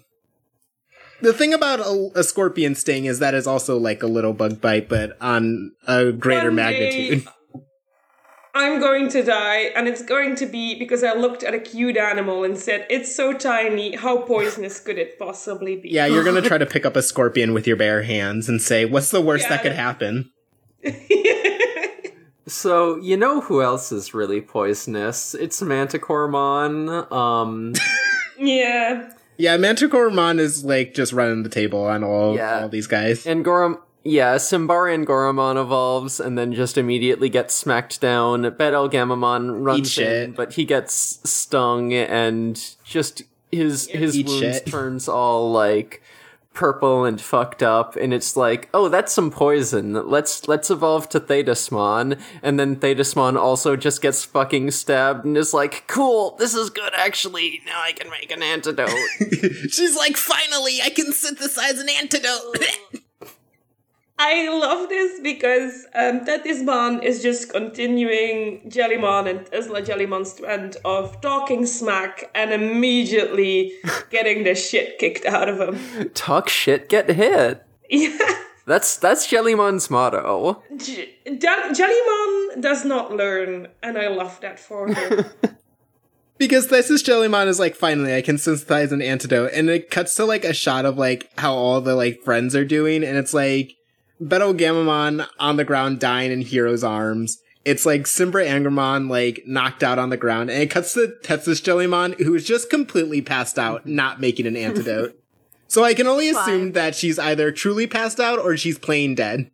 Speaker 3: The thing about a, a scorpion sting is that it's also like a little bug bite, but on a greater
Speaker 4: One day,
Speaker 3: magnitude.
Speaker 4: I'm going to die, and it's going to be because I looked at a cute animal and said, It's so tiny, how poisonous could it possibly be?
Speaker 3: Yeah, you're gonna try to pick up a scorpion with your bare hands and say, "What's the worst that
Speaker 4: Yeah.
Speaker 3: could happen?"
Speaker 1: so you know who else is really poisonous? It's Manticoremon. Um,
Speaker 4: yeah.
Speaker 3: Yeah, Manticore Mon is like just running the table on all
Speaker 1: Yeah.
Speaker 3: all these guys.
Speaker 1: and Gorom. Yeah, Simbara and Goromon evolves and then just immediately gets smacked down. Betelgamamon
Speaker 3: Eat
Speaker 1: runs
Speaker 3: shit.
Speaker 1: in, but he gets stung and just his his
Speaker 3: Eat
Speaker 1: wounds
Speaker 3: shit.
Speaker 1: turns all like purple and fucked up and it's like, "Oh, that's some poison. Let's let's evolve to Thetasmon." And then Thetasmon also just gets fucking stabbed and is like, "Cool, this is good actually. Now I can make an antidote."
Speaker 3: She's like, "Finally, I can synthesize an antidote."
Speaker 4: I love this because um, Tetisman is just continuing Jellymon and Tesla Jellymon's trend of talking smack and immediately getting the shit kicked out of him.
Speaker 1: Talk shit, get hit.
Speaker 4: Yeah.
Speaker 1: That's that's Jellymon's motto.
Speaker 4: J- Jell- Jellymon does not learn, and I love that for her.
Speaker 3: because this is Jellymon is like, "Finally, I can synthesize an antidote," and it cuts to like a shot of like how all the like friends are doing, and it's like Betelgamamon on the ground dying in Hero's arms. It's like Simbra Angramon like knocked out on the ground, and it cuts to Tetsus Jellymon who is just completely passed out, not making an antidote. so I can only assume
Speaker 2: Fine.
Speaker 3: that she's either truly passed out or she's plain dead.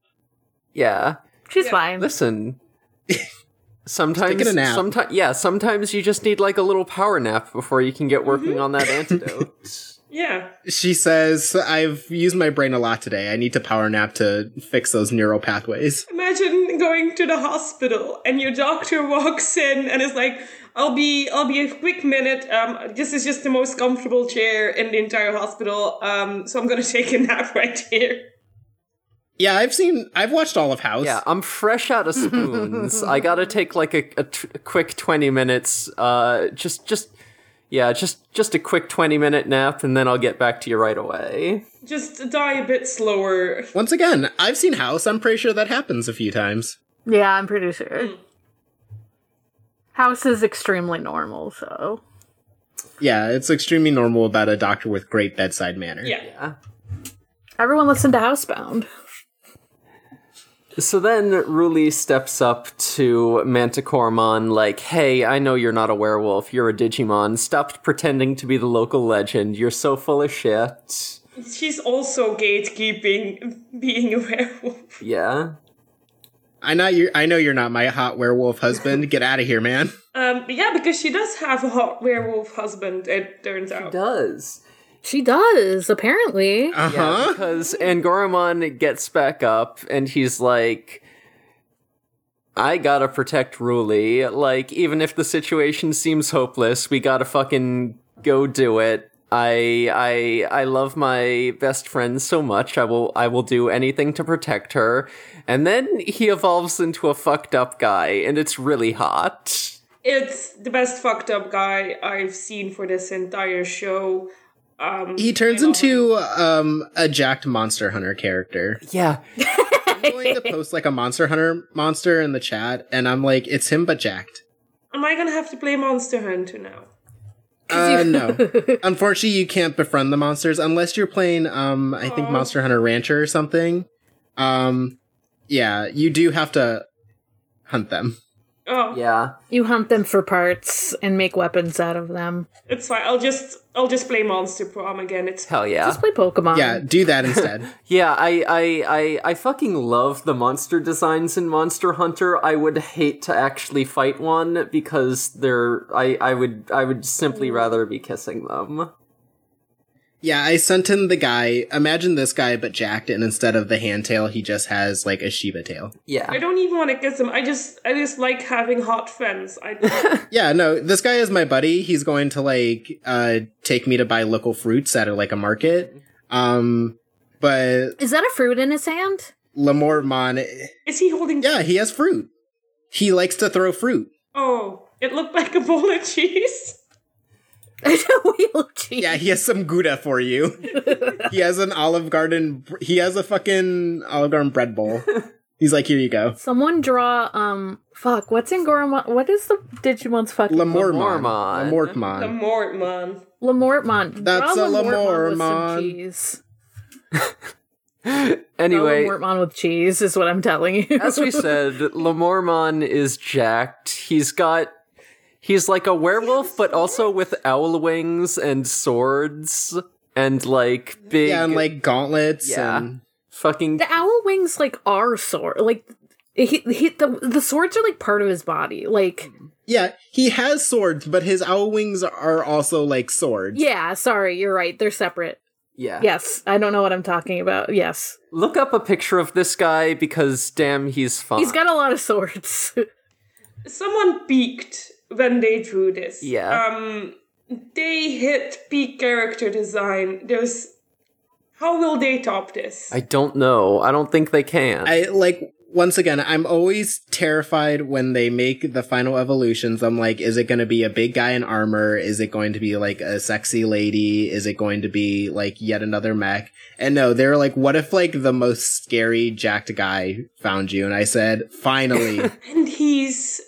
Speaker 1: Yeah.
Speaker 2: she's fine.
Speaker 1: Listen. Sometimes,
Speaker 3: Just taking a nap.
Speaker 1: sometimes, yeah. Sometimes you just need like a little power nap before you can
Speaker 3: Mm-hmm.
Speaker 1: get working on that antidote.
Speaker 4: yeah.
Speaker 3: She says, "I've used my brain a lot today. I need to power nap to fix those neural pathways."
Speaker 4: Imagine going to the hospital and your doctor walks in and is like, "I'll be, I'll be a quick minute. Um, this is just the most comfortable chair in the entire hospital. Um, so I'm gonna take a nap right here."
Speaker 3: Yeah, I've seen, I've watched all of House.
Speaker 1: Yeah, I'm fresh out of spoons. I gotta take like a, a t- a quick twenty minutes. Uh, just just yeah, just just a quick twenty minute nap, and then I'll get back to you right away.
Speaker 4: Just die a bit slower.
Speaker 3: Once again, I've seen House. I'm pretty sure that happens a few times.
Speaker 2: Yeah, I'm pretty sure. House is extremely normal, so.
Speaker 3: Yeah, it's extremely normal about a doctor with great bedside manner.
Speaker 4: Yeah.
Speaker 1: Yeah.
Speaker 2: Everyone listen to Housebound.
Speaker 1: So then Ruli steps up to Manticoremon, like, hey, I know you're not a werewolf, you're a Digimon. Stop pretending to be the local legend, you're so full of shit.
Speaker 4: She's also gatekeeping being a werewolf.
Speaker 1: Yeah.
Speaker 3: I know you. I know you're not my hot werewolf husband. Get out of here, man.
Speaker 4: Um, yeah, because she does have a hot werewolf husband, it turns out.
Speaker 1: Does.
Speaker 2: She does, apparently.
Speaker 3: Uh
Speaker 1: Yeah,
Speaker 3: huh.
Speaker 1: because Angoramon gets back up and he's like, I gotta protect Ruli. Like, even if the situation seems hopeless, we gotta fucking go do it. I I I love my best friend so much. I will I will do anything to protect her. And then he evolves into a fucked up guy, and it's really hot.
Speaker 4: It's the best fucked up guy I've seen for this entire show. Um,
Speaker 3: He turns into um, a jacked monster hunter character.
Speaker 1: Yeah,
Speaker 3: I'm going to post like a monster hunter monster in the chat, and I'm like, it's him but jacked.
Speaker 4: Am I gonna have to play Monster Hunter now?
Speaker 3: Uh, no, unfortunately, you can't befriend the monsters unless you're playing. Um, I think Monster Hunter Rancher or something. Um, yeah, you do have to hunt them.
Speaker 4: Oh,
Speaker 1: yeah.
Speaker 2: You hunt them for parts and make weapons out of them.
Speaker 4: it's fine. I'll just I'll just play Monster Prom again. It's
Speaker 1: Hell yeah.
Speaker 2: Just play Pokemon.
Speaker 3: Yeah, do that instead.
Speaker 1: Yeah, I, I, I, I fucking love the monster designs in Monster Hunter. I would hate to actually fight one because they're I, I would I would simply rather be kissing them.
Speaker 3: Yeah, I sent him the guy. Imagine this guy, but jacked, and instead of the hand tail, he just has like a Shiba tail.
Speaker 4: I
Speaker 1: Yeah.
Speaker 4: don't even want to kiss him. I just I just like having hot friends. I
Speaker 3: Yeah, no, this guy is my buddy. He's going to like uh take me to buy local fruits at like a market. Um, but
Speaker 2: Is that a fruit in his hand?
Speaker 3: Lamormon,
Speaker 4: is he holding?
Speaker 3: yeah, he has fruit. He likes to throw fruit.
Speaker 4: Oh, it looked like a bowl of cheese.
Speaker 2: I know wheel cheese.
Speaker 3: Yeah, he has some gouda for you. he has an Olive Garden. He has a fucking Olive Garden bread bowl. He's like, here you go,
Speaker 2: Someone draw um fuck, what's in Goromon what is the Digimon's fucking
Speaker 3: Lamormon,
Speaker 1: Lamormon.
Speaker 4: The
Speaker 3: Lamormon.
Speaker 4: more man.
Speaker 2: Lamortmon.
Speaker 3: That's
Speaker 2: draw
Speaker 3: a
Speaker 2: with
Speaker 3: Lamormon.
Speaker 2: some cheese. Draw
Speaker 1: Anyway,
Speaker 2: Lamortmon with cheese is what I'm telling you.
Speaker 1: as we said, Lamormon is jacked. He's got he's like a werewolf, but also with owl wings and swords and like big
Speaker 3: Yeah, and like gauntlets.
Speaker 1: Yeah.
Speaker 3: and
Speaker 1: fucking
Speaker 2: the owl wings like are sword like he, he the, the swords are like part of his body like
Speaker 3: Yeah, he has swords, but his owl wings are also like swords.
Speaker 2: yeah sorry you're right they're separate
Speaker 1: yeah.
Speaker 2: yes i don't know what i'm talking about yes
Speaker 1: Look up a picture of this guy because damn, he's fun.
Speaker 2: he's got a lot of swords
Speaker 4: Someone peaked when they drew this.
Speaker 1: Yeah.
Speaker 4: Um, they hit peak character design. There's how will they top this?
Speaker 1: I don't know. I don't think they can.
Speaker 3: I like once again, I'm always terrified when they make the final evolutions. I'm like, is it going to be a big guy in armor? Is it going to be like a sexy lady? Is it going to be like yet another mech? And no, they're like, what if like the most scary jacked guy found you? And I said, finally,
Speaker 4: and he's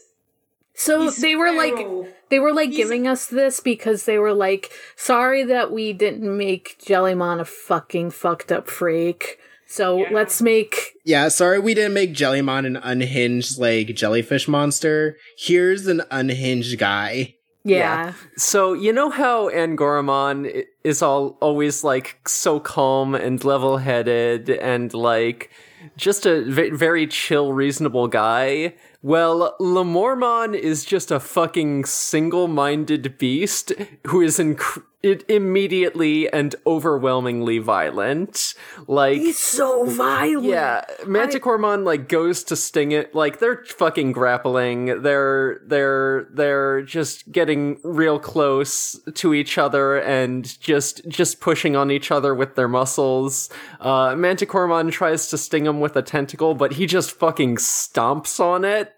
Speaker 2: so
Speaker 4: he's
Speaker 2: they were like
Speaker 4: feral.
Speaker 2: They were like
Speaker 4: He's-
Speaker 2: giving us this because they were like, sorry that we didn't make Jellymon a fucking fucked up freak. So
Speaker 4: Yeah.
Speaker 2: let's make
Speaker 3: yeah, sorry we didn't make Jellymon an unhinged like jellyfish monster. Here's an unhinged guy.
Speaker 2: yeah.
Speaker 1: So you know how Angoramon i- is all always like so calm and level-headed and like just a ve- very chill, reasonable guy. Well, Lamormon is just a fucking single-minded beast who is inc- it immediately and overwhelmingly violent. Like
Speaker 2: He's so violent.
Speaker 1: yeah, Manticoremon like goes to sting it. Like they're fucking grappling. They're they're they're just getting real close to each other and just just pushing on each other with their muscles. Uh, Manticoremon tries to sting him with a tentacle, but he just fucking stomps on it.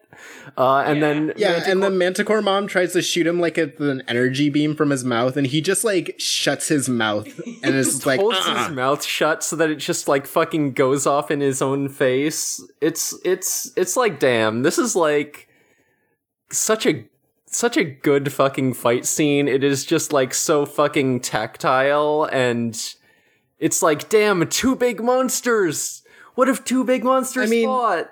Speaker 1: Uh, and then
Speaker 3: Yeah, and the manticore mom tries to shoot him like with an energy beam from his mouth, and he just like shuts his mouth and is like,
Speaker 1: holds
Speaker 3: "Uh-uh."
Speaker 1: his mouth shut so that it just like fucking goes off in his own face. It's it's it's like damn, this is like such a such a good fucking fight scene. It is just like so fucking tactile and it's like damn, two big monsters. What if two big monsters
Speaker 3: I mean-
Speaker 1: fought?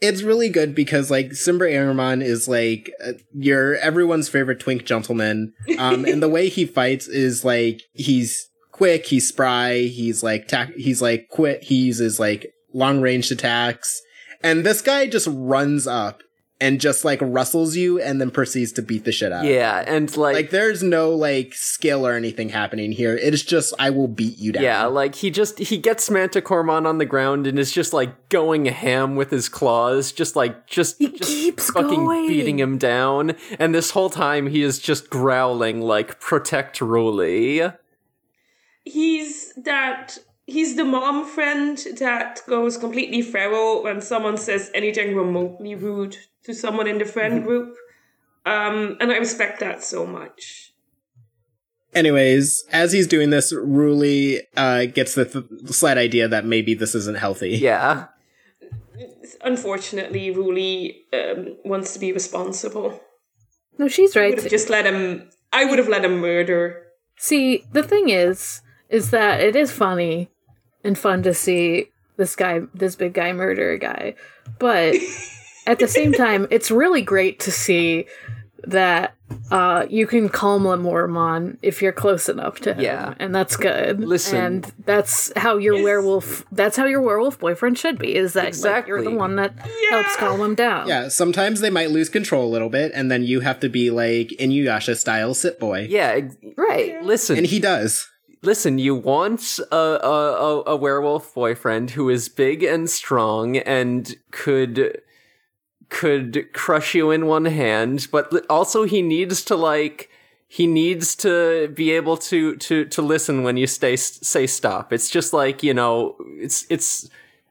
Speaker 3: it's really good because like Simba Aramon is like uh, your everyone's favorite twink gentleman, um, and the way he fights is like he's quick, he's spry, he's like tac- he's like quit, he uses like long range attacks, and this guy just runs up and just like rustles you and then proceeds to beat the shit out. of you.
Speaker 1: Yeah, and like,
Speaker 3: uh, Like there's no like skill or anything happening here. It is just I will beat you down.
Speaker 1: yeah, like he just he gets Manticoremon on the ground and is just like going ham with his claws, just like just
Speaker 2: He
Speaker 1: just
Speaker 2: keeps
Speaker 1: fucking
Speaker 2: going.
Speaker 1: beating him down, and this whole time he is just growling like "Protect Roly."
Speaker 4: he's that he's the mom friend that goes completely feral when someone says anything remotely rude to someone in the friend group um and i respect that so much
Speaker 3: Anyways, as he's doing this, Ruli uh, gets the th- slight idea that maybe this isn't healthy.
Speaker 1: Yeah,
Speaker 4: unfortunately ruli um, wants to be responsible
Speaker 2: No, she's
Speaker 4: i
Speaker 2: right.
Speaker 4: would have just let him i would have let him murder
Speaker 2: See, the thing is, is that it is funny and fun to see this guy, this big guy, murder a guy. But at the same time, it's really great to see that uh, you can calm Lemoramon if you're close enough to him.
Speaker 1: Yeah.
Speaker 2: And that's good.
Speaker 1: Listen.
Speaker 2: And that's how your werewolf, that's how your werewolf boyfriend should be, is that like, you're the
Speaker 1: Exactly.
Speaker 2: one that helps calm him down.
Speaker 3: Yeah, sometimes they might lose control a little bit, and then you have to be like Inuyasha style sit boy.
Speaker 1: yeah. ex-
Speaker 2: Right.
Speaker 1: Listen,
Speaker 3: And he does.
Speaker 1: listen. You want a, a a a werewolf boyfriend who is big and strong and could could crush you in one hand, but li- also he needs to like he needs to be able to to to listen when you stay say stop. It's just like you know, it's it's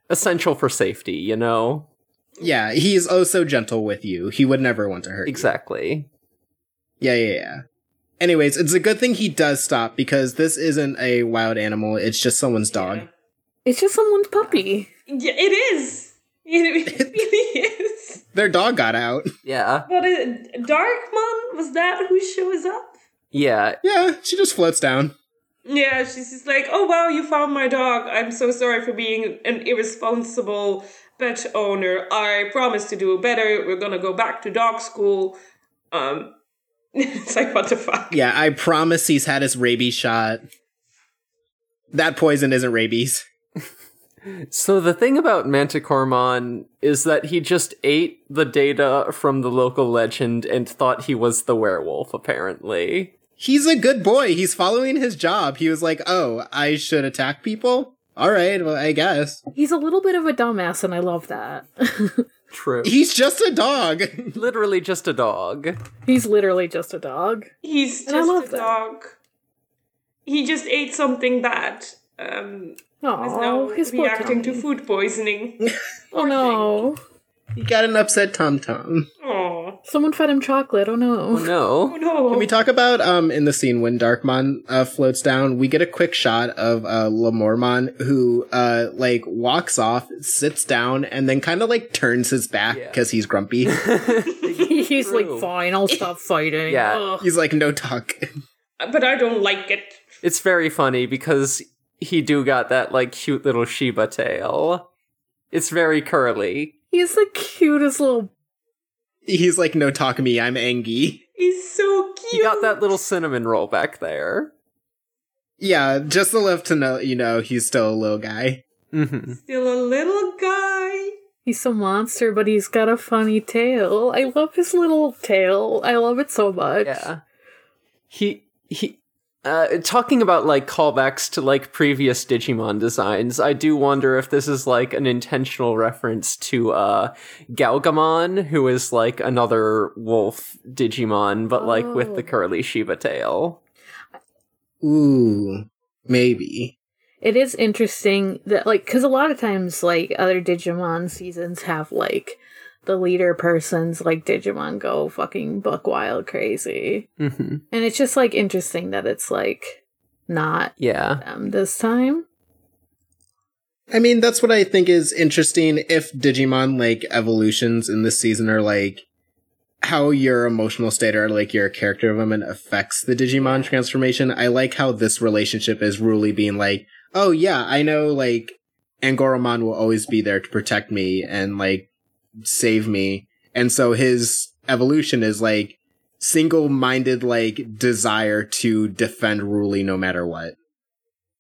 Speaker 1: essential for safety. You know.
Speaker 3: Yeah, he's oh so gentle with you. He would never want to hurt you.
Speaker 1: Exactly.
Speaker 3: Yeah, yeah, yeah. Anyways, it's a good thing he does stop because this isn't a wild animal, it's just someone's dog.
Speaker 2: It's just someone's puppy.
Speaker 4: yeah it is it really is
Speaker 3: Their dog got out.
Speaker 1: Yeah.
Speaker 4: but uh, darkmon was that who shows up
Speaker 1: Yeah.
Speaker 3: Yeah, she just floats down.
Speaker 4: Yeah, she's just like, oh wow, you found my dog. I'm so sorry for being an irresponsible pet owner. I promise to do better. We're gonna go back to dog school. Um, it's like what the fuck?
Speaker 3: Yeah, I promise he's had his rabies shot. That poison isn't rabies.
Speaker 1: So the thing about Manticoremon is that he just ate the data from the local legend and thought he was the werewolf. Apparently.
Speaker 3: He's a good boy. He's following his job. He was like, "Oh, I should attack people." All right, well, I guess
Speaker 2: He's a little bit of a dumbass, and I love that.
Speaker 1: True.
Speaker 3: he's just a dog.
Speaker 1: Literally just a dog.
Speaker 2: He's literally just a dog.
Speaker 4: He's
Speaker 2: And I
Speaker 4: just
Speaker 2: love
Speaker 4: a
Speaker 2: that.
Speaker 4: dog. He just ate something bad. Um, is now
Speaker 2: Oh, his poor
Speaker 4: reacting to
Speaker 2: tummy.
Speaker 4: food poisoning.
Speaker 2: Oh no!
Speaker 3: he got an upset tum tum.
Speaker 4: Oh
Speaker 2: Someone fed him chocolate. Oh no!
Speaker 1: No.
Speaker 4: no!
Speaker 3: Can we talk about um in the scene when Darkmon uh, floats down? We get a quick shot of uh, Lamormon who uh like walks off, sits down, and then kind of like turns his back
Speaker 1: Yeah.
Speaker 3: because he's grumpy.
Speaker 2: He's
Speaker 1: True.
Speaker 2: like, fine, I'll stop fighting.
Speaker 1: Yeah.
Speaker 2: Ugh.
Speaker 3: he's like, "No talk."
Speaker 4: but I don't like it.
Speaker 1: It's very funny because he do got that like cute little Shiba tail. It's very curly.
Speaker 2: He's the cutest little.
Speaker 3: He's like, "No talk me. I'm Angie."
Speaker 4: He's so cute.
Speaker 1: He got that little cinnamon roll back there.
Speaker 3: Yeah, just enough to know you know he's still a little guy.
Speaker 1: hmm
Speaker 4: Still a little guy.
Speaker 2: He's a monster, but he's got a funny tail. I love his little tail. I love it so much.
Speaker 1: Yeah. He he Uh, talking about like callbacks to like previous Digimon designs, I do wonder if this is like an intentional reference to uh Galgamon, who is like another wolf Digimon, but like with the
Speaker 2: Oh.
Speaker 1: curly Shiba tail.
Speaker 3: Ooh, maybe.
Speaker 2: It is interesting that, like, because a lot of times, like, other Digimon seasons have, like, the leader person's, like, Digimon go fucking buck wild crazy.
Speaker 1: hmm
Speaker 2: And it's just, like, interesting that it's, like, not
Speaker 1: Yeah.
Speaker 2: them this time.
Speaker 3: I mean, that's what I think is interesting if Digimon like evolutions in this season are like how your emotional state or like your character development affects the Digimon transformation. I like how this relationship is really being like, oh yeah, I know like Angoramon will always be there to protect me and like save me. And so his evolution is like single minded like desire to defend Ruli no matter what.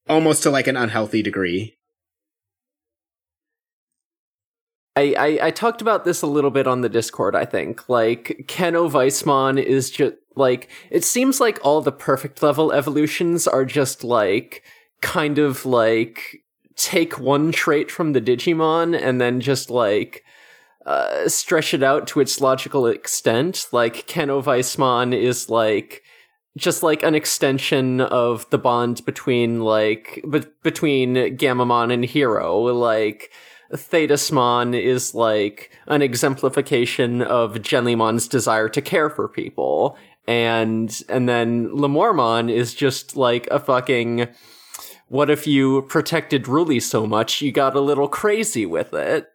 Speaker 3: Almost to like an unhealthy degree.
Speaker 1: I, I, I talked about this a little bit on the Discord, I think. Like, Keno Weissman is just, like, it seems like all the perfect level evolutions are just, like, kind of, like, take one trait from the Digimon and then just, like, uh, stretch it out to its logical extent. Like, Keno Weissman is, like, just like an extension of the bond between like be- between Gamamon and Hero like Thetasmon is like an exemplification of Genlimon's desire to care for people. And and then Lamormon is just like a fucking what if you protected Ruli so much you got a little crazy with it?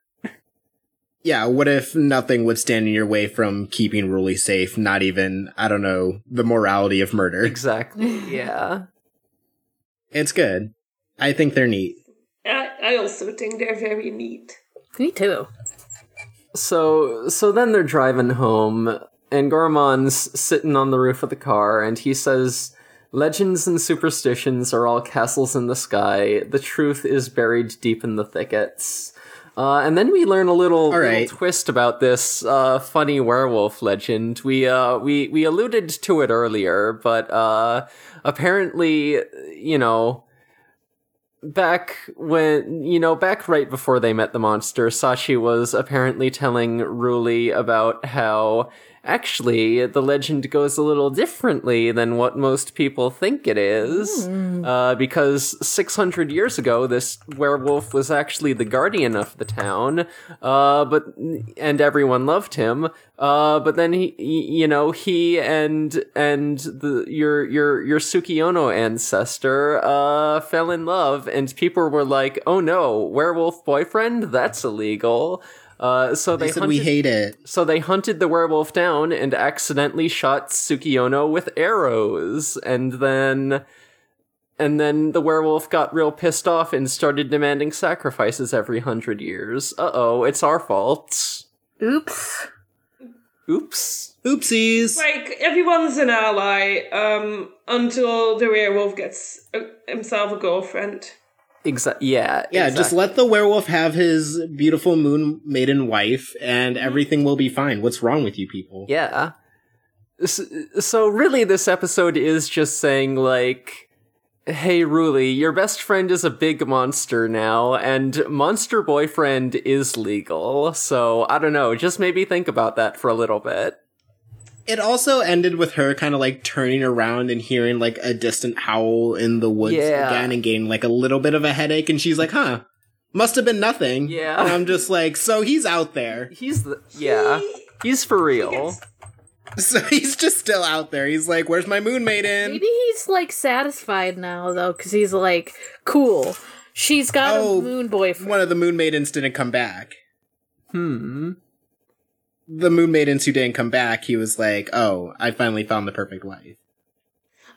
Speaker 3: Yeah, what if nothing would stand in your way from keeping Ruli safe? Not even, I don't know, the morality of murder.
Speaker 1: Exactly. Yeah.
Speaker 3: It's good. I think they're neat.
Speaker 4: I, I also think they're very neat.
Speaker 2: Me too.
Speaker 1: So so then they're driving home, and Gormon's sitting on the roof of the car, and he says, "Legends and superstitions are all castles in the sky. The truth is buried deep in the thickets." Uh, and then we learn a little, little
Speaker 3: right.
Speaker 1: twist about this uh, funny werewolf legend. We uh, we we alluded to it earlier, but uh, apparently, you know, back when you know back right before they met the monster sashi was apparently telling ruli about how actually the legend goes a little differently than what most people think it is uh, because 600 years ago this werewolf was actually the guardian of the town uh, but and everyone loved him uh, but then he, he- you know he and and the your your your Sukiono ancestor uh, fell in love and people were like oh no werewolf boyfriend that's illegal uh, so they,
Speaker 3: They said
Speaker 1: hunted,
Speaker 3: we hate it.
Speaker 1: so they hunted the werewolf down and accidentally shot Sukiono with arrows, and then and then the werewolf got real pissed off and started demanding sacrifices every hundred years. Uh oh, it's our fault.
Speaker 2: Oops.
Speaker 1: Oops.
Speaker 3: Oopsies.
Speaker 4: Like everyone's an ally um, until the werewolf gets a, himself a girlfriend.
Speaker 1: Exactly. Yeah.
Speaker 3: Yeah, just let the werewolf have his beautiful moon maiden wife, and everything will be fine. What's wrong with you people?
Speaker 1: Yeah. So, so really, this episode is just saying like, "Hey, Ruli, your best friend is a big monster now, and monster boyfriend is legal. So I don't know. Just maybe think about that for a little bit."
Speaker 3: It also ended with her kind of like turning around and hearing like a distant howl in the woods
Speaker 1: Yeah.
Speaker 3: again and getting like a little bit of a headache, and she's like, huh, must have been nothing.
Speaker 1: Yeah.
Speaker 3: And I'm just like, so he's out there.
Speaker 1: He's the yeah. He's for real.
Speaker 3: So he's just still out there. He's like, "Where's my moon maiden?"
Speaker 2: Maybe he's, like, satisfied now, though, because he's like, cool. She's got
Speaker 3: Oh,
Speaker 2: a moon boyfriend.
Speaker 3: One of the moon maidens didn't come back.
Speaker 1: Hmm.
Speaker 3: The moon maidens who didn't come back, he was like, "Oh, I finally found the perfect wife."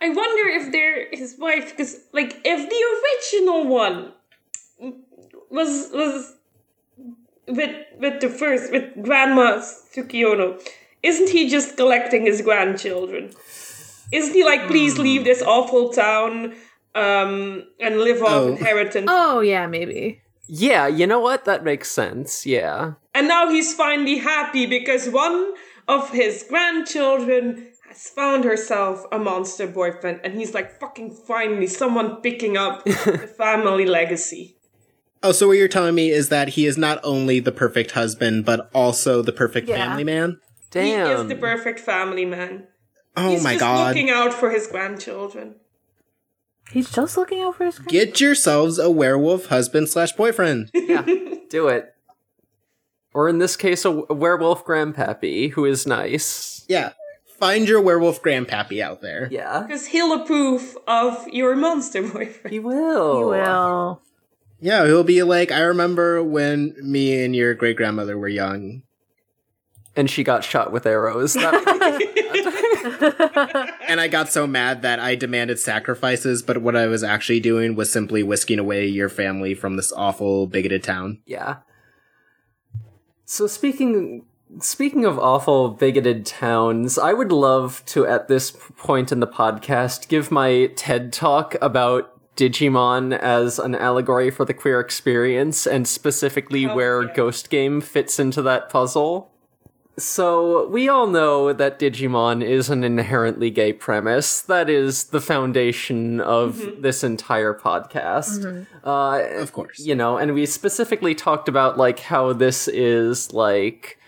Speaker 4: I wonder if they're his wife because, like, if the original one was was with with the first with Grandma Tsukiono, isn't he just collecting his grandchildren? Isn't he like, please leave this awful town um, and live off
Speaker 3: Oh.
Speaker 4: inheritance?
Speaker 2: Oh, yeah, maybe.
Speaker 1: Yeah. You know what? That makes sense. Yeah.
Speaker 4: And now he's finally happy because one of his grandchildren has found herself a monster boyfriend, and he's like, fucking finally, someone picking up the family legacy.
Speaker 3: Oh, so what you're telling me is that he is not only the perfect husband, but also the perfect
Speaker 2: Yeah.
Speaker 3: family man?
Speaker 1: Damn.
Speaker 4: He is the perfect family man.
Speaker 3: Oh
Speaker 4: he's
Speaker 3: my
Speaker 4: just
Speaker 3: god.
Speaker 4: looking out for his grandchildren.
Speaker 2: He's just looking out for his. grand-
Speaker 3: Get yourselves a werewolf husband slash boyfriend.
Speaker 1: yeah, do it. Or in this case, a w- a werewolf grandpappy who is nice.
Speaker 3: yeah. Find your werewolf grandpappy out there.
Speaker 1: Yeah,
Speaker 4: Because he'll approve of your monster boyfriend.
Speaker 1: he will.
Speaker 2: He will.
Speaker 3: Yeah, he'll be like, I remember when me and your great grandmother were young.
Speaker 1: And she got shot with arrows. That-
Speaker 3: And I got so mad that I demanded sacrifices, but what I was actually doing was simply whisking away your family from this awful, bigoted town.
Speaker 1: yeah. So speaking speaking of awful bigoted towns, I would love to at this p- point in the podcast give my TED talk about Digimon as an allegory for the queer experience and specifically where Ghost Game fits into that puzzle. So, we all know that Digimon is an inherently gay premise. That is the foundation of this entire podcast. Uh,
Speaker 3: Of course.
Speaker 1: you know and we specifically talked about like how this is like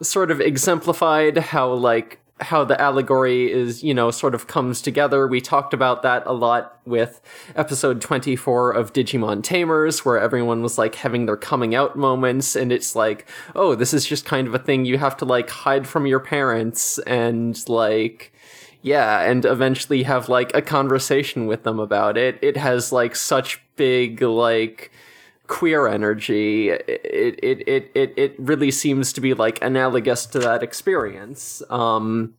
Speaker 1: sort of exemplified how like how the allegory is you know sort of comes together we talked about that a lot with episode 24 of digimon tamers where everyone was like having their coming out moments and it's like oh this is just kind of a thing you have to like hide from your parents and like yeah, and eventually have like a conversation with them about it. It has like such big like queer energy. It it it it it really seems to be like analogous to that experience. Um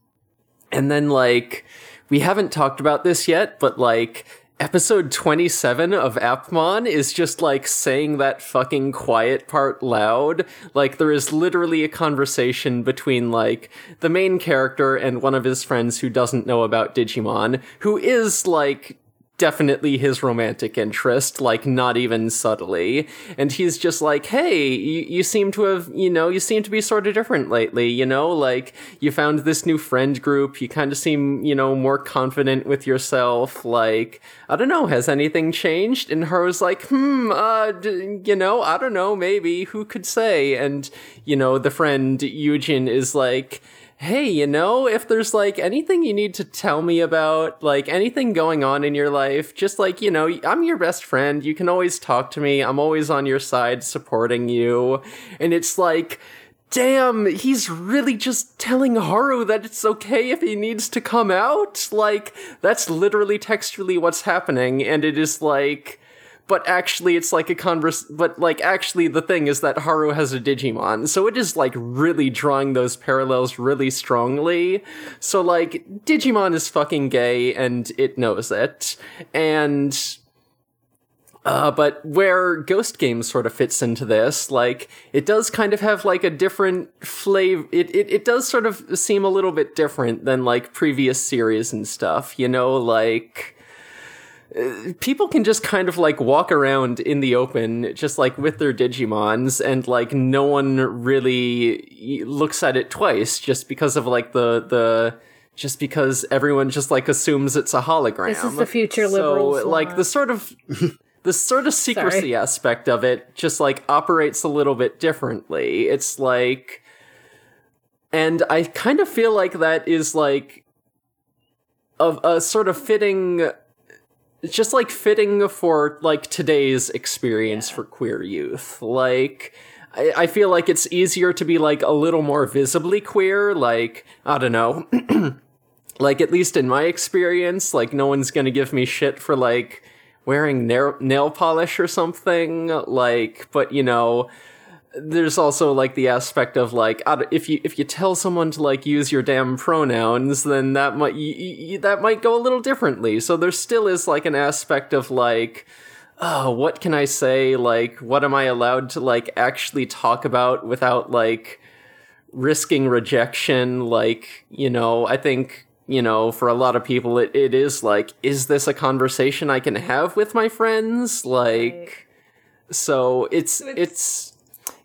Speaker 1: and then like we haven't talked about this yet, but like episode 27 of Appmon is just like saying that fucking quiet part loud. Like there is literally a conversation between like the main character and one of his friends who doesn't know about Digimon, who is like definitely his romantic interest, like not even subtly. And he's just like, hey, you, you seem to have, you know, you seem to be sort of different lately, you know, like you found this new friend group, you kind of seem, you know, more confident with yourself. Like, I don't know, has anything changed? And her was like, hmm, uh, d- you know, I don't know, maybe, who could say? And, you know, the friend Eugene is like, hey, you know, if there's like anything you need to tell me about, like anything going on in your life, just like, you know, I'm your best friend. You can always talk to me. I'm always on your side supporting you. And it's like, damn, he's really just telling Haru that it's okay if he needs to come out. Like, that's literally textually what's happening. And it is like, but actually it's like a converse but like actually the thing is that haru has a digimon so it is like really drawing those parallels really strongly so like digimon is fucking gay and it knows it and uh, but where Ghost Game sort of fits into this, like, it does kind of have like a different flavor. It, it, it does sort of seem a little bit different than like previous series and stuff, you know, like, uh, people can just kind of like walk around in the open just like with their digimons and like no one really looks at it twice just because of like the the just because everyone just like assumes it's a hologram
Speaker 2: This is the future liberals
Speaker 1: so like
Speaker 2: want.
Speaker 1: the sort of the sort of secrecy
Speaker 2: Sorry.
Speaker 1: aspect of it just like operates a little bit differently it's like and i kind of feel like that is like of a sort of fitting it's just like fitting for like today's experience for queer youth like I, I feel like it's easier to be like a little more visibly queer like i don't know like at least in my experience like no one's gonna give me shit for like wearing nail, nail polish or something like but you know there's also like the aspect of like I don't- if you if you tell someone to like use your damn pronouns then that might y y y- that might go a little differently so there still is like an aspect of like oh what can i say like what am i allowed to like actually talk about without like risking rejection like you know i think you know for a lot of people it, it is like is this a conversation i can have with my friends like so it's
Speaker 4: it's-
Speaker 1: it's